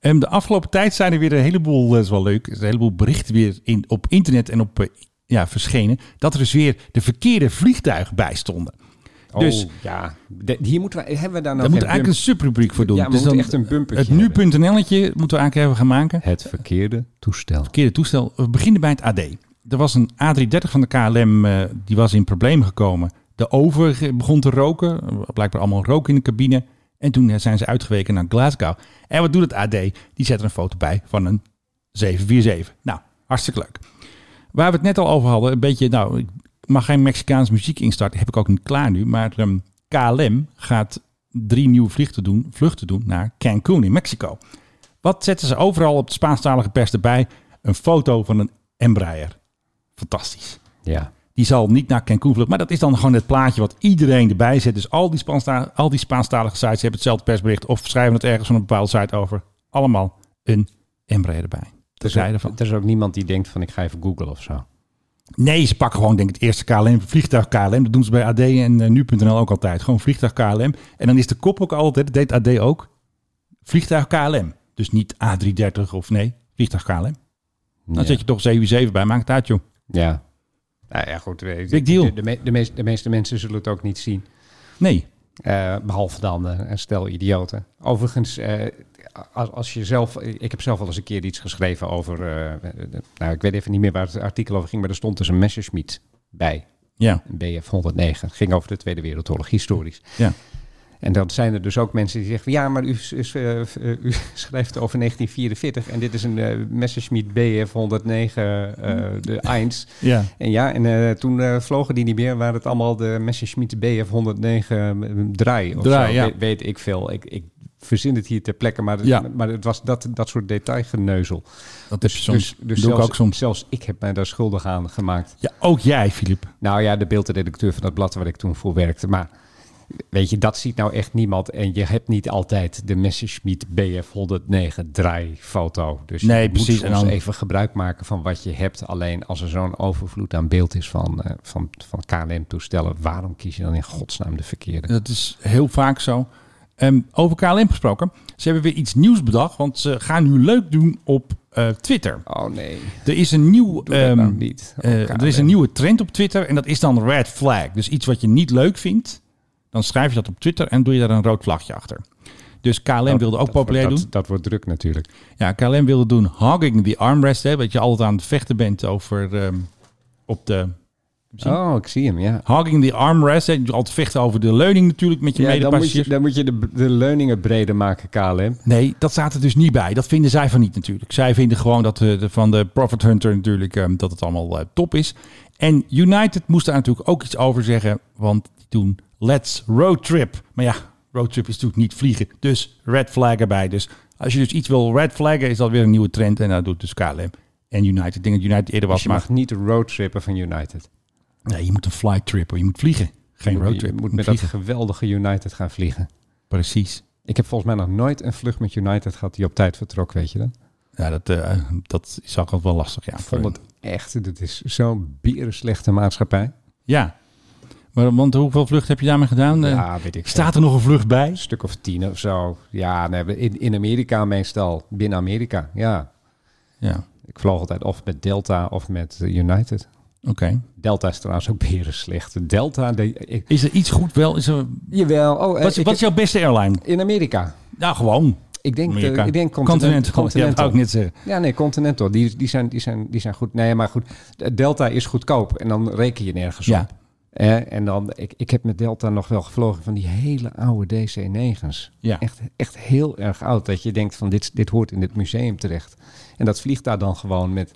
Speaker 1: Ehm, de afgelopen tijd zijn er weer een heleboel, dat is wel leuk, er is een heleboel berichten weer in, op internet en op eh, ja, verschenen. Dat er dus weer de verkeerde vliegtuigen bij stonden.
Speaker 2: Oh,
Speaker 1: Dus-
Speaker 2: ja, De- hier moeten we, hebben we daar nou
Speaker 1: daar moeten
Speaker 2: geen
Speaker 1: we eigenlijk een subrubriek voor doen.
Speaker 2: Ja, we
Speaker 1: dus
Speaker 2: moeten
Speaker 1: dan
Speaker 2: echt een bumpertje
Speaker 1: Het nu.nl'tje moeten we eigenlijk even gaan maken.
Speaker 2: bump- Het verkeerde toestel.
Speaker 1: verkeerde toestel. We beginnen bij het AD. Er was een A330 van de KLM, eh, die was in problemen gekomen. De oven begon te roken, Eh, blijkbaar allemaal rook in de cabine. En toen eh, zijn ze uitgeweken naar Glasgow. En wat doet het AD? Die zet er een foto bij van een 747. Nou, hartstikke leuk. Waar we het net al over hadden, een beetje, nou, ik mag geen Mexicaans muziek instarten, heb ik ook niet klaar nu. Maar ehm, KLM gaat drie nieuwe vluchten doen, vluchten doen naar Cancún in Mexico. Wat zetten ze overal op de Spaanstalige pers erbij? Een foto van een Embraer. Fantastisch.
Speaker 2: Ja.
Speaker 1: Die zal niet naar Cancún vluchten. Maar dat is dan gewoon het plaatje wat iedereen erbij zet. Dus al die, Spaansta al die Spaanstalige sites hebben hetzelfde persbericht. Of schrijven het ergens van een bepaalde site over. Allemaal een Embraer erbij.
Speaker 2: Er is,
Speaker 1: Terzijde
Speaker 2: ook,
Speaker 1: van.
Speaker 2: er is ook niemand die denkt van ik ga even googlen of zo.
Speaker 1: Nee, ze pakken gewoon denk ik het eerste KLM, vliegtuig KLM. Dat doen ze bij AD en eh, nu.nl ook altijd. Gewoon vliegtuig KLM. En dan is de kop ook altijd, dat deed AD ook, vliegtuig KLM. Dus niet A330 of nee, vliegtuig KLM. Dan
Speaker 2: ja.
Speaker 1: zet je toch 77 bij, maakt het uit joh.
Speaker 2: Ja. Nou ja, goed. we-
Speaker 1: Big deal.
Speaker 2: De, de, me- de meest- de meeste mensen zullen het ook niet zien.
Speaker 1: Nee,
Speaker 2: Eh, behalve dan eh, een stel idioten. Overigens, eh, als, als je zelf... Ik heb zelf al eens een keer iets geschreven over... eh, de- nou, ik weet even niet meer waar het artikel over ging... maar er stond dus een Messerschmitt bij.
Speaker 1: ja.
Speaker 2: Een BF-109. Ging over de Tweede Wereldoorlog, historisch.
Speaker 1: Ja.
Speaker 2: En dan zijn er dus ook mensen die zeggen: van, ja, maar u, s- s- eh, v- eh, u schrijft over 1944 en dit is een eh, Messerschmitt BF 109 eh, de 1.
Speaker 1: Ja.
Speaker 2: En ja, en eh, toen eh, vlogen die niet meer, waren het allemaal de Messerschmitt BF 109 draai. Of
Speaker 1: Draai,
Speaker 2: zo.
Speaker 1: ja.
Speaker 2: We- weet ik veel. Ik, ik verzin het hier ter plekke, maar,
Speaker 1: Ja.
Speaker 2: maar het was dat, dat soort detailgeneuzel.
Speaker 1: Dat heb je soms.
Speaker 2: dus dus
Speaker 1: doe
Speaker 2: zelfs,
Speaker 1: ik ook soms.
Speaker 2: zelfs ik heb mij daar schuldig aan gemaakt.
Speaker 1: Ja, ook jij, Filip.
Speaker 2: Nou ja, de beeldredacteur van dat blad waar ik toen voor werkte. Maar weet je, dat ziet nou echt niemand. En je hebt niet altijd de Messerschmitt BF109 draaifoto. Dus
Speaker 1: Nee,
Speaker 2: je
Speaker 1: precies.
Speaker 2: moet
Speaker 1: En
Speaker 2: soms
Speaker 1: dan-
Speaker 2: even gebruik maken van wat je hebt. Alleen als er zo'n overvloed aan beeld is van, eh, van, van KLM-toestellen... waarom kies je dan in godsnaam de verkeerde?
Speaker 1: Dat is heel vaak zo. Ehm, over KLM gesproken. Ze hebben weer iets nieuws bedacht. Want ze gaan nu leuk doen op eh, Twitter.
Speaker 2: Oh nee,
Speaker 1: Er is een nieuw.
Speaker 2: doe dat nou
Speaker 1: ehm,
Speaker 2: niet. Oh,
Speaker 1: eh, er is
Speaker 2: KLM.
Speaker 1: een nieuwe trend op Twitter en dat is dan red flag. Dus iets wat je niet leuk vindt, dan schrijf je dat op Twitter en doe je daar een rood vlagje achter. Dus KLM
Speaker 2: Dat-
Speaker 1: wilde ook
Speaker 2: dat-
Speaker 1: populair
Speaker 2: dat-
Speaker 1: doen.
Speaker 2: Dat wordt druk natuurlijk.
Speaker 1: Ja, KLM wilde doen hogging the armrest. Hè, dat je altijd aan het vechten bent over ehm, op de... Zie-
Speaker 2: Oh, ik zie hem, ja.
Speaker 1: Hogging the armrest. Hè, je altijd vechten over de leuning natuurlijk met je
Speaker 2: Ja, dan moet je,
Speaker 1: medepassagiers.
Speaker 2: dan moet je de, de leuningen breder maken, KLM.
Speaker 1: Nee, dat staat er dus niet bij. Dat vinden zij van niet natuurlijk. Zij vinden gewoon dat eh, de, van de Profit Hunter natuurlijk ehm, dat het allemaal eh, top is. En United moest daar natuurlijk ook iets over zeggen, want die doen let's roadtrip. Maar ja, roadtrip is natuurlijk niet vliegen, dus red flag erbij. Dus als je dus iets wil red flaggen, is dat weer een nieuwe trend en dat doet dus KLM en United. Ik denk dat United eerder was,
Speaker 2: Dus je
Speaker 1: maar
Speaker 2: mag niet roadtrippen van United.
Speaker 1: nee, je moet een flytrip, hoor. je moet vliegen, geen
Speaker 2: Je moet-
Speaker 1: roadtrip.
Speaker 2: Je moet
Speaker 1: Je
Speaker 2: met dat
Speaker 1: vliegen.
Speaker 2: geweldige United gaan vliegen.
Speaker 1: Precies.
Speaker 2: Ik heb volgens mij nog nooit een vlucht met United gehad die op tijd vertrok, weet je dat?
Speaker 1: Ja, dat, eh, dat is ook altijd wel lastig. Ja,
Speaker 2: Ik
Speaker 1: voor
Speaker 2: vond het echt, dit is zo'n slechte maatschappij.
Speaker 1: Ja. Maar, want hoeveel vlucht heb je daarmee gedaan? Eh,
Speaker 2: Ja, weet ik veel.
Speaker 1: Staat er nog een vlucht bij?
Speaker 2: Een stuk of tien of zo. Ja, nee, in, in Amerika meestal, binnen Amerika, ja.
Speaker 1: Ja,
Speaker 2: Ik vloog altijd of met Delta of met eh, United.
Speaker 1: oké.
Speaker 2: Delta is trouwens ook slecht. Delta, de, ik-
Speaker 1: Is er iets goed wel? Is er,
Speaker 2: jawel. Oh, eh,
Speaker 1: wat, is-
Speaker 2: ik-
Speaker 1: wat is jouw beste airline?
Speaker 2: in Amerika.
Speaker 1: Nou, gewoon.
Speaker 2: Ik denk, eh,
Speaker 1: Amerika.
Speaker 2: ik denk
Speaker 1: Continental.
Speaker 2: continent,
Speaker 1: Ja, dat wou ik net zeggen.
Speaker 2: Ja, nee, Continental. Die, die, zijn, die, zijn, die zijn goed. Nee, maar goed. Delta is goedkoop en dan reken je nergens
Speaker 1: Ja.
Speaker 2: op. Eh, en dan, ik, ik heb met Delta nog wel gevlogen van die hele oude DC-9's.
Speaker 1: Ja.
Speaker 2: Echt, echt heel erg oud. Dat je denkt van dit, dit hoort in dit museum terecht. En dat vliegt daar dan gewoon met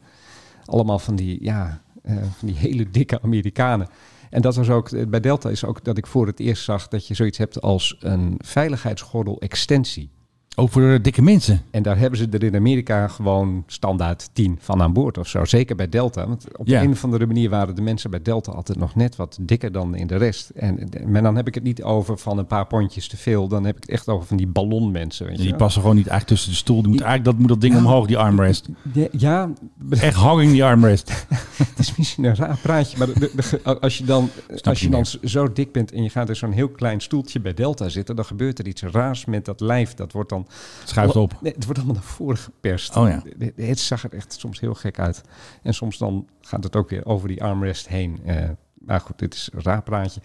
Speaker 2: allemaal van die, ja, eh, van die hele dikke Amerikanen. En dat was ook, eh, bij Delta is ook dat ik voor het eerst zag dat je zoiets hebt als een veiligheidsgordel-extensie.
Speaker 1: Over eh, dikke mensen.
Speaker 2: En daar hebben ze er in Amerika gewoon standaard 10 van aan boord of zo. Zeker bij Delta. Want op
Speaker 1: Ja.
Speaker 2: de een of andere manier waren de mensen bij Delta altijd nog net wat dikker dan in de rest. En, maar dan heb ik het niet over van een paar pondjes te veel. Dan heb ik het echt over van die ballonmensen. Weet je
Speaker 1: Die
Speaker 2: wel.
Speaker 1: passen gewoon niet eigenlijk tussen de stoel. Die moet, eigenlijk, dat moet dat ding omhoog, die armrest.
Speaker 2: Ja, ja,
Speaker 1: Echt hanging die armrest.
Speaker 2: het is misschien een raar praatje. Maar de- de- de- als je dan, als je
Speaker 1: niet
Speaker 2: dan zo dik bent en je gaat in zo'n heel klein stoeltje bij Delta zitten. Dan gebeurt er iets raars met dat lijf. Dat wordt dan
Speaker 1: Schuift op.
Speaker 2: Nee, het wordt allemaal naar voren geperst.
Speaker 1: Oh ja.
Speaker 2: Het- Het zag er echt soms heel gek uit. En soms dan gaat het ook weer over die armrest heen. Eh, maar goed, dit is een raar praatje.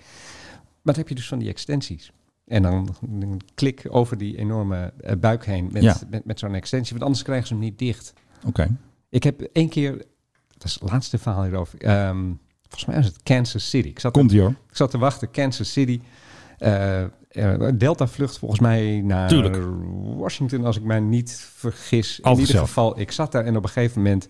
Speaker 2: Maar dan heb je dus van die extensies. En dan een klik over die enorme eh, buik heen met,
Speaker 1: Ja.
Speaker 2: met, met zo'n extensie. Want anders krijgen ze hem niet dicht.
Speaker 1: Oké.
Speaker 2: Ik heb één keer, dat is het laatste verhaal hierover. ehm, volgens mij was het Kansas City. Ik zat
Speaker 1: Komt ie hoor.
Speaker 2: ik zat te wachten, Kansas City. Eh, eh, Delta vlucht volgens mij naar
Speaker 1: Tuurlijk.
Speaker 2: Washington, als ik mij niet vergis.
Speaker 1: Altijd
Speaker 2: In ieder
Speaker 1: zelf.
Speaker 2: geval, ik zat daar en op een gegeven moment...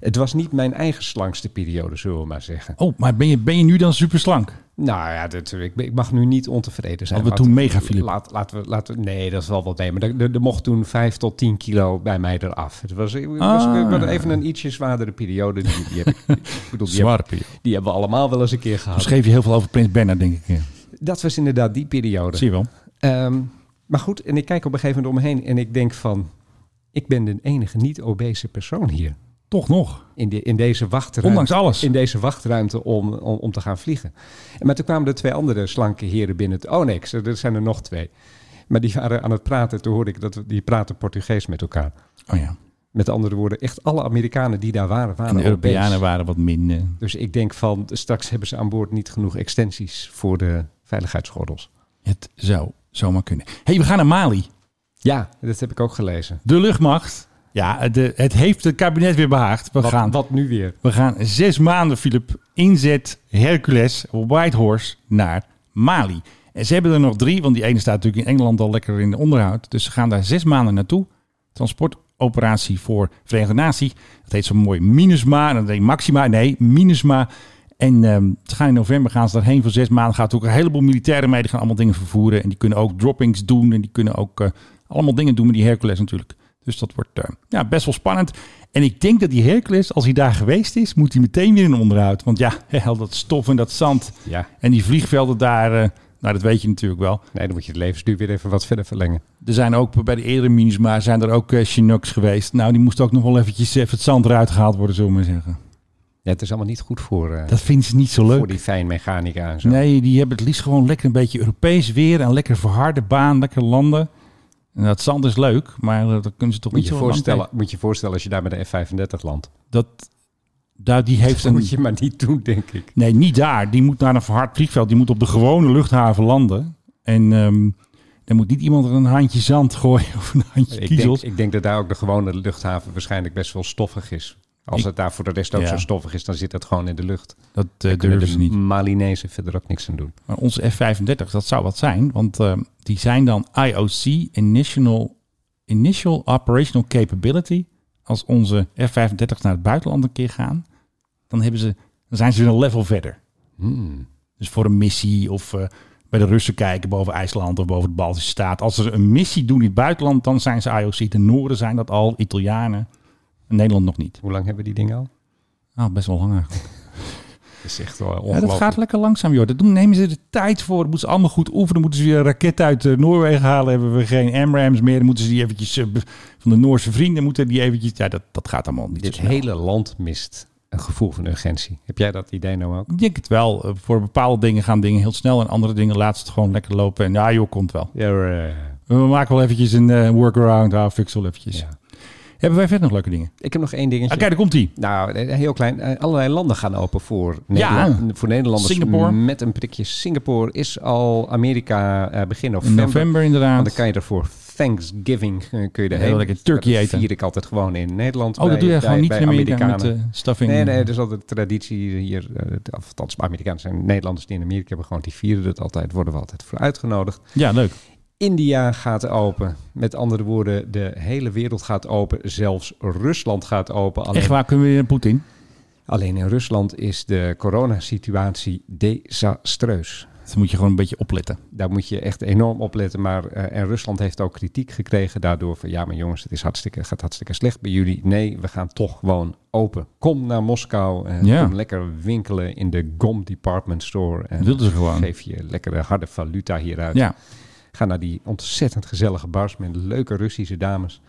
Speaker 2: Het was niet mijn eigen slangste periode, zullen we maar zeggen.
Speaker 1: Oh, maar ben je, ben je nu dan super slank?
Speaker 2: Nou ja, dat, ik, ik mag nu niet ontevreden zijn.
Speaker 1: Hadden we toen
Speaker 2: Laten-
Speaker 1: mega, Philip?
Speaker 2: Laat, laten we, laten we, nee, dat is wel wat nee. Maar er- er er mocht toen 5 tot 10 kilo bij mij eraf. Het was, het was
Speaker 1: Ah.
Speaker 2: het was even een ietsje zwaardere periode. Die, die heb ik, ik bedoel, die, heb,
Speaker 1: Zwarpje.
Speaker 2: die hebben we allemaal wel eens een keer gehad.
Speaker 1: Schreef Dus je heel veel over Prins Bernhard, denk ik. eh.
Speaker 2: Dat was inderdaad die periode.
Speaker 1: Zie je wel.
Speaker 2: Ehm, maar goed, en ik kijk op een gegeven moment om me heen en ik denk van... ik ben de enige niet-obese persoon hier.
Speaker 1: Toch nog.
Speaker 2: In, de, in, deze wachtruimte,
Speaker 1: Ondanks alles.
Speaker 2: in deze wachtruimte om, om, om te gaan vliegen. Maar toen kwamen er twee andere slanke heren binnen. Oh nee, ik zei, er zijn er nog twee. Maar die waren aan het praten. Toen hoorde ik dat we- die praten Portugees met elkaar.
Speaker 1: Oh ja.
Speaker 2: Met andere woorden, echt alle Amerikanen die daar waren,
Speaker 1: En
Speaker 2: waren
Speaker 1: de Europeanen
Speaker 2: obese.
Speaker 1: waren wat minder.
Speaker 2: Dus ik denk van, straks hebben ze aan boord niet genoeg extensies voor de veiligheidsgordels.
Speaker 1: Het zou zomaar kunnen. hey, we gaan naar Mali.
Speaker 2: Ja, dat heb ik ook gelezen.
Speaker 1: De luchtmacht. Ja, de, het heeft het kabinet weer behaagd. We, gaan,
Speaker 2: Wat, wat nu weer?
Speaker 1: we gaan zes maanden, Philip, inzet Hercules Whitehorse naar Mali. En ze hebben er nog drie, want die ene staat natuurlijk in Engeland al lekker in de onderhoud. Dus ze gaan daar zes maanden naartoe. Transportoperatie voor Verenigde Natie. Dat heet zo mooi Minusma. En dat heet Maxima. Nee, Minusma. En ehm, ze gaan in november gaan ze daarheen voor zes maanden. Gaat ook een heleboel militairen mee. Die gaan allemaal dingen vervoeren. En die kunnen ook droppings doen. En die kunnen ook eh, allemaal dingen doen met die Hercules natuurlijk. Dus dat wordt eh, ja, best wel spannend. En ik denk dat die Hercules, als hij daar geweest is, moet hij meteen weer in onderhoud. Want ja, al dat stof en dat zand.
Speaker 2: Ja,
Speaker 1: En die vliegvelden daar, eh, nou dat weet je natuurlijk wel.
Speaker 2: nee, dan moet je het levensduur weer even wat verder verlengen.
Speaker 1: Er zijn ook bij de eerdere Minusma zijn er ook eh, Chinooks geweest. Nou, die moesten ook nog wel eventjes even het zand eruit gehaald worden, zullen we maar zeggen.
Speaker 2: Ja, het is allemaal niet goed voor, eh,
Speaker 1: Dat vinden ze niet zo leuk.
Speaker 2: voor die fijnmechanica en zo.
Speaker 1: Nee, die hebben het liefst gewoon lekker een beetje Europees weer en lekker verharde baan, lekker landen. En dat zand is leuk, maar eh, dat kunnen ze toch
Speaker 2: moet,
Speaker 1: niet
Speaker 2: je
Speaker 1: zo lang
Speaker 2: voorstellen, moet je voorstellen als je daar met de F-35 landt.
Speaker 1: tegen- Dat, daar, die heeft
Speaker 2: Dat
Speaker 1: een,
Speaker 2: moet je maar niet doen, denk ik.
Speaker 1: Nee, niet daar. Die moet naar een verhard vliegveld. Die moet op de gewone luchthaven landen. En ehm dan moet niet iemand er een handje zand gooien of een handje
Speaker 2: Ik denk,
Speaker 1: kiezels.
Speaker 2: ik denk dat daar ook de gewone luchthaven waarschijnlijk best wel stoffig is. Als
Speaker 1: Ik-
Speaker 2: het daar voor de rest ook
Speaker 1: Ja.
Speaker 2: zo stoffig is, dan zit dat gewoon in de lucht.
Speaker 1: Dat eh
Speaker 2: Kunnen
Speaker 1: durven ze
Speaker 2: de
Speaker 1: niet.
Speaker 2: Malinezen verder ook niks aan doen.
Speaker 1: Maar onze F-35, dat zou wat zijn. Want ehm, die zijn dan IOC, Initial, Initial Operational Capability. Als onze F-35 naar het buitenland een keer gaan, dan, hebben ze, dan zijn ze weer een level verder.
Speaker 2: Hmm.
Speaker 1: Dus voor een missie of eh, bij de Russen kijken boven IJsland of boven de Baltische staat. Als ze een missie doen in het buitenland, dan zijn ze IOC. De Noorden zijn dat al, Italianen. En Nederland nog niet.
Speaker 2: Hoe lang hebben die dingen al?
Speaker 1: Nou, best wel lang eigenlijk.
Speaker 2: Dat is echt wel
Speaker 1: Ja,
Speaker 2: ongelooflijk.
Speaker 1: dat gaat lekker langzaam, joh. Dat doen, nemen ze de tijd voor. Dat moeten ze allemaal goed oefenen. Moeten ze weer een raket uit eh, Noorwegen halen. Hebben we geen AMRAMs meer. Dan moeten ze die eventjes eh, be- van de Noorse vrienden. Moeten die eventjes, ja, dat, dat gaat allemaal niet
Speaker 2: Dit
Speaker 1: zo snel.
Speaker 2: hele land mist een gevoel van urgentie. Heb jij dat idee nou ook?
Speaker 1: Ik denk het wel. Eh, Voor bepaalde dingen gaan dingen heel snel. En andere dingen laat ze het gewoon lekker lopen. En ja, eh. joh, komt wel.
Speaker 2: Ja,
Speaker 1: We maken wel eventjes een eh, workaround. Ah, fix wel eventjes. Hebben wij verder nog leuke dingen?
Speaker 2: Ik heb nog één dingetje.
Speaker 1: Ah, kijk, daar komt ie.
Speaker 2: Nou, eh, heel klein. Eh, Allerlei landen gaan open voor, Nederland, voor Nederlanders.
Speaker 1: Ah. Singapore.
Speaker 2: Met een prikje. Singapore is al Amerika eh, begin
Speaker 1: In
Speaker 2: november.
Speaker 1: november inderdaad.
Speaker 2: Want dan kan je er voor Thanksgiving eh, kun je
Speaker 1: Heel
Speaker 2: erheen.
Speaker 1: lekker turkey
Speaker 2: dat
Speaker 1: eten.
Speaker 2: vier ik altijd gewoon in Nederland.
Speaker 1: oh, dat
Speaker 2: bij-
Speaker 1: doe je
Speaker 2: bij-
Speaker 1: gewoon niet
Speaker 2: bij
Speaker 1: in Amerika met
Speaker 2: Amerikanen.
Speaker 1: eh stuffing.
Speaker 2: Nee, nee, dat is altijd de traditie hier. eh, of Althans, Amerikanen zijn Nederlanders die in Amerika hebben gewoon, die vieren het altijd, worden we altijd voor uitgenodigd.
Speaker 1: Ja, leuk.
Speaker 2: India gaat open. Met andere woorden, de hele wereld gaat open. Zelfs Rusland gaat open. Alleen,
Speaker 1: Echt waar, kunnen we weer naar Poetin?
Speaker 2: alleen in Rusland is de coronasituatie desastreus.
Speaker 1: Dan moet je gewoon een beetje opletten.
Speaker 2: Daar moet je echt enorm op letten. Maar, eh, en Rusland heeft ook kritiek gekregen daardoor van... ja, maar jongens, het is hartstikke, gaat hartstikke slecht bij jullie. Nee, we gaan toch gewoon open. Kom naar Moskou. eh,
Speaker 1: Ja.
Speaker 2: Kom lekker winkelen in de GOM Department Store. En
Speaker 1: Dat wilden ze gewoon.
Speaker 2: Geef je lekkere harde valuta hieruit.
Speaker 1: Ja,
Speaker 2: Ga naar die ontzettend gezellige bars met leuke Russische dames.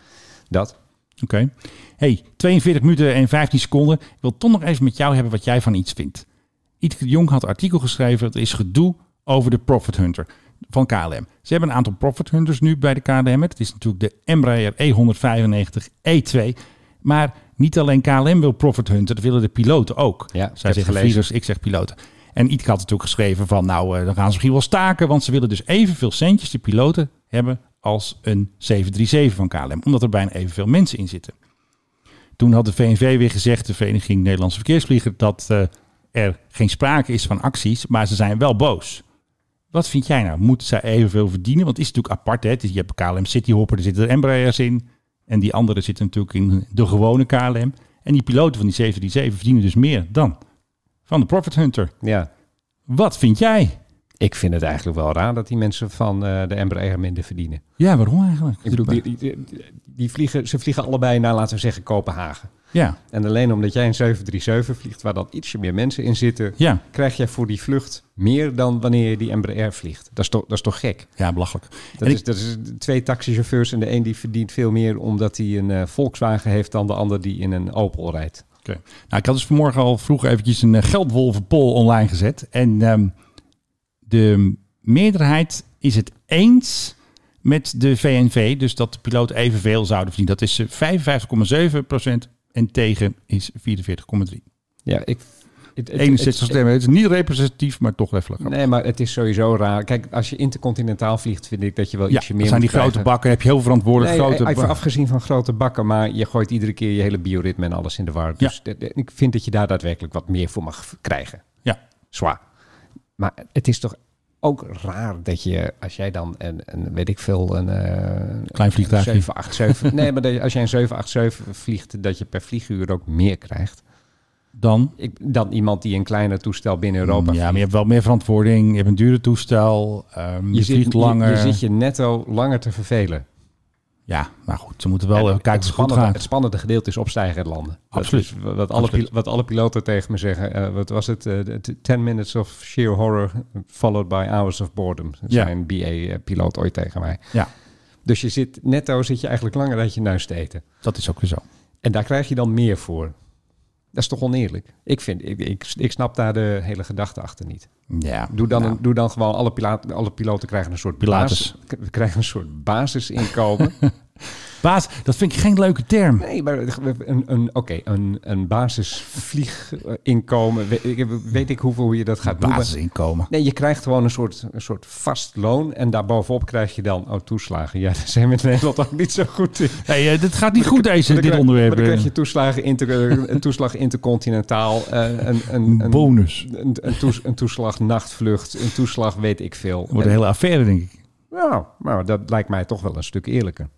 Speaker 2: Dat.
Speaker 1: oké. hey, 42 minuten en 15 seconden. Ik wil toch nog even met jou hebben wat jij van iets vindt. Ietke de Jong had een artikel geschreven. Het is gedoe over de Profit Hunter van KLM. Ze hebben een aantal Profit Hunters nu bij de KLM. Het is natuurlijk de Embraer E E195 E2. Maar niet alleen KLM wil Profit Hunter, dat willen de piloten ook.
Speaker 2: Ja, ik heb
Speaker 1: Zij
Speaker 2: het
Speaker 1: zeggen
Speaker 2: gelezen.
Speaker 1: vliegers, ik zeg piloten. En Ietke had natuurlijk geschreven van nou, eh, dan gaan ze misschien wel staken. Want ze willen dus evenveel centjes die piloten hebben als een 737 van KLM. Omdat er bijna evenveel mensen in zitten. Toen had de VNV weer gezegd, de Vereniging Nederlandse Verkeersvliegers, dat eh, er geen sprake is van acties, maar ze zijn wel boos. Wat vind jij nou? Moeten zij evenveel verdienen? Want het is natuurlijk apart. Hè? Het is- Je hebt KLM Cityhopper, er zitten er Embraers in. En die andere zitten natuurlijk in de gewone KLM. En die piloten van die 737 verdienen dus meer dan van de Profit Hunter.
Speaker 2: Ja.
Speaker 1: Wat vind jij?
Speaker 2: Ik vind het eigenlijk wel raar dat die mensen van eh, de Embraer minder verdienen.
Speaker 1: Ja, waarom eigenlijk?
Speaker 2: Ik bedoel, die, die, die vliegen, ze vliegen allebei naar, laten we zeggen, Kopenhagen.
Speaker 1: Ja,
Speaker 2: En alleen omdat jij een 737 vliegt, waar dan ietsje meer mensen in zitten,
Speaker 1: ja.
Speaker 2: krijg jij voor die vlucht meer dan wanneer je die Embraer vliegt. Dat is toch, dat is toch gek?
Speaker 1: ja belachelijk.
Speaker 2: Dat
Speaker 1: En
Speaker 2: is, dat is twee taxichauffeurs en de een die verdient veel meer omdat hij een eh, Volkswagen heeft dan de ander die in een Opel rijdt.
Speaker 1: Oké. Nou, ik had dus vanmorgen al vroeg eventjes een eh, geldwolvenpoll online gezet. En ehm, de meerderheid is het eens met de VNV. Dus dat de piloot evenveel zouden verdienen. Dat is eh, 55,7 En tegen is 44,3.
Speaker 2: Ja, ik... het- het-
Speaker 1: 61
Speaker 2: het-
Speaker 1: stemmen. Het is niet representatief, maar toch even lekker.
Speaker 2: Nee, maar het is sowieso raar. Kijk, als je intercontinentaal vliegt, vind ik dat je wel
Speaker 1: Ja,
Speaker 2: ietsje meer
Speaker 1: dat zijn die
Speaker 2: moet
Speaker 1: grote
Speaker 2: krijgen.
Speaker 1: bakken. Heb je heel verantwoordelijk
Speaker 2: Nee, eh,
Speaker 1: grote
Speaker 2: even
Speaker 1: ba-
Speaker 2: afgezien van grote bakken, maar je gooit iedere keer je hele bioritme en alles in de war. Dus de- de- ik vind dat je daar daadwerkelijk wat meer voor mag v- krijgen.
Speaker 1: Ja.
Speaker 2: Zwaar. Maar het is toch ook raar dat je, als jij dan een, een weet ik veel, een, eh,
Speaker 1: Klein vliegtuigje.
Speaker 2: een 787. nee, maar dat je- als jij een 787 vliegt, dat je per vlieguur ook meer krijgt.
Speaker 1: Dan?
Speaker 2: Ik, dan iemand die een kleiner toestel binnen Europa
Speaker 1: Ja, maar je
Speaker 2: vliegt.
Speaker 1: hebt wel meer verantwoording. Je hebt een dure toestel. ehm, je,
Speaker 2: zit-
Speaker 1: vliegt langer.
Speaker 2: Je, je zit je netto langer te vervelen.
Speaker 1: Ja, maar goed. Ze moeten wel
Speaker 2: En
Speaker 1: even kijken
Speaker 2: het,
Speaker 1: of het goed
Speaker 2: spannende,
Speaker 1: gaat.
Speaker 2: het spannende gedeelte is opstijgen en landen. Dat
Speaker 1: Absoluut.
Speaker 2: is wat, alle
Speaker 1: Absoluut.
Speaker 2: pil- wat alle piloten tegen me zeggen. Eh, wat was het? Eh, de- de 10 minutes of sheer horror followed by hours of boredom. Dat
Speaker 1: Ja.
Speaker 2: zei een BA-piloot ooit tegen mij.
Speaker 1: Ja,
Speaker 2: Dus je zit, netto zit je eigenlijk langer uit je neus te eten.
Speaker 1: dat is ook weer zo.
Speaker 2: En daar krijg je dan meer voor. Dat is toch oneerlijk? Ik, vind, ik, ik, ik snap daar de hele gedachte achter niet.
Speaker 1: Ja,
Speaker 2: Doe dan,
Speaker 1: nou,
Speaker 2: een- doe dan gewoon, alle, pila- alle piloten krijgen een soort
Speaker 1: Pilates.
Speaker 2: basis- k- krijgen een soort basisinkomen.
Speaker 1: Baas, dat vind ik geen leuke term.
Speaker 2: nee, maar een, een, oké, een, een basisvlieginkomen. Weet, ik- weet ik hoeveel je dat gaat noemen.
Speaker 1: Basisinkomen.
Speaker 2: Nee, je krijgt gewoon een soort, een soort vast loon. En daarbovenop krijg je dan oh, toeslagen. Ja, daar zijn we in Nederland ook niet zo goed in.
Speaker 1: Nee, eh, dit gaat niet goed, deze,
Speaker 2: Maar
Speaker 1: dit
Speaker 2: dan krijg-
Speaker 1: onderwerp. eh.
Speaker 2: maar Dan krijg je toeslagen inter, een toeslag intercontinentaal, eh, een, een,
Speaker 1: een
Speaker 2: een,
Speaker 1: bonus.
Speaker 2: een, een, toes- een toeslag nachtvlucht, een toeslag weet ik veel.
Speaker 1: Dat wordt een hele affaire, denk ik.
Speaker 2: Nou, maar dat lijkt mij toch wel een stuk eerlijker.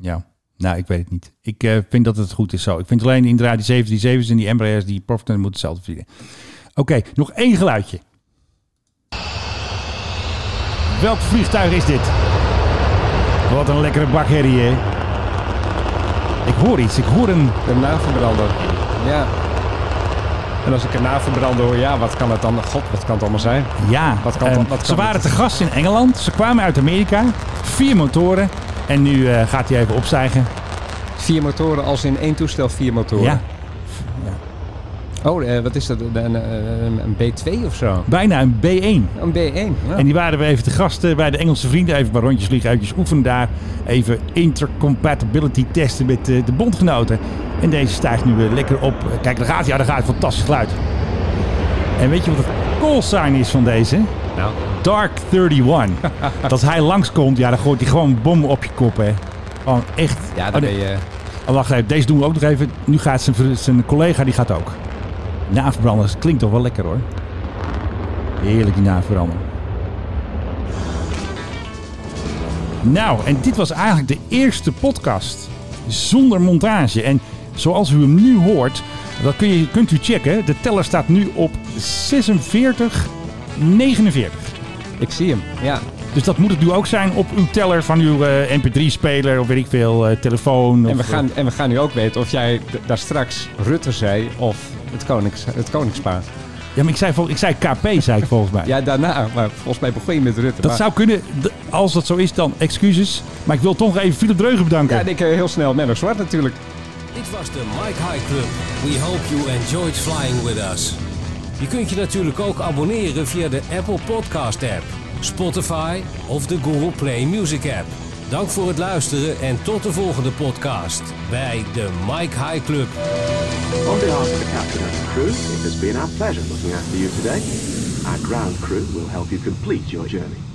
Speaker 1: Ja. Nou, ik weet het niet. Ik eh, vind dat het goed is zo. Ik vind alleen inderdaad die 737's en die Embraers, die profiten moeten hetzelfde verdienen. Oké, nog één geluidje. Welk vliegtuig is dit? Wat een lekkere bakherrie, hè? Ik hoor iets. Ik hoor een...
Speaker 2: Een navelbrander. Ja. En als ik een navelbrander hoor, ja, wat kan het dan? God, wat kan het allemaal zijn?
Speaker 1: Ja,
Speaker 2: Wat kan
Speaker 1: ehm,
Speaker 2: dat- wat kan
Speaker 1: ze waren
Speaker 2: dat?
Speaker 1: te gast in Engeland. Ze kwamen uit Amerika. Vier motoren. En nu eh, gaat hij even opstijgen.
Speaker 2: Vier motoren, als in één toestel vier motoren.
Speaker 1: Ja,
Speaker 2: Oh, eh, wat is dat? Een, een, een B2 of zo?
Speaker 1: bijna een B1.
Speaker 2: Een B1. ja.
Speaker 1: En die waren we even te gasten bij de Engelse vrienden. Even een paar rondjes vliegen, uitjes oefenen daar. Even intercompatibility testen met eh, de bondgenoten. En deze stijgt nu weer lekker op. Kijk, daar gaat hij. Ja, daar gaat hij. Fantastisch geluid. En weet je wat het callsign is van deze?
Speaker 2: Nou,
Speaker 1: Dark 31. Dat hij langskomt, ja, dan gooit hij gewoon een bom op je kop, hè. Gewoon echt.
Speaker 2: ja,
Speaker 1: Oh,
Speaker 2: dan
Speaker 1: nee.
Speaker 2: ben je...
Speaker 1: Oh, wacht even, deze doen we ook nog even. Nu gaat zijn, ver- zijn collega, die gaat ook. Naafbrander, dat klinkt toch wel lekker hoor. Heerlijk die naafbrander. Nou, en dit was eigenlijk de eerste podcast zonder montage. En zoals u hem nu hoort, dat kun je, kunt u checken. De teller staat nu op 46, 49.
Speaker 2: Ik zie hem, ja.
Speaker 1: Dus dat moet het nu ook zijn op uw teller van uw eh, mp3-speler of weet ik veel, eh, telefoon.
Speaker 2: En we,
Speaker 1: of, eh-
Speaker 2: gaan, en we gaan nu ook weten of jij d- daar straks Rutte zei of het, konings, het Koningspaar.
Speaker 1: Ja, maar ik zei, vol- ik zei KP, zei ik volgens mij.
Speaker 2: Ja, daarna. Maar volgens mij begon je met Rutte.
Speaker 1: Dat
Speaker 2: maar-
Speaker 1: zou kunnen, D- als dat zo is, dan excuses. Maar ik wil toch nog even Philip Dreugen bedanken.
Speaker 2: Ja, en ik eh, heel snel Menno Zwart natuurlijk.
Speaker 3: Dit was de Mike High Club. We hope you enjoyed flying with us. Je kunt je natuurlijk ook abonneren via de Apple Podcast app, Spotify of de Google Play Music app. Dank voor het luisteren en tot de volgende podcast bij de Mike High Club.
Speaker 5: On behalf of the captain and the crew, it has been our pleasure looking after you today. Our ground crew will help you complete your journey.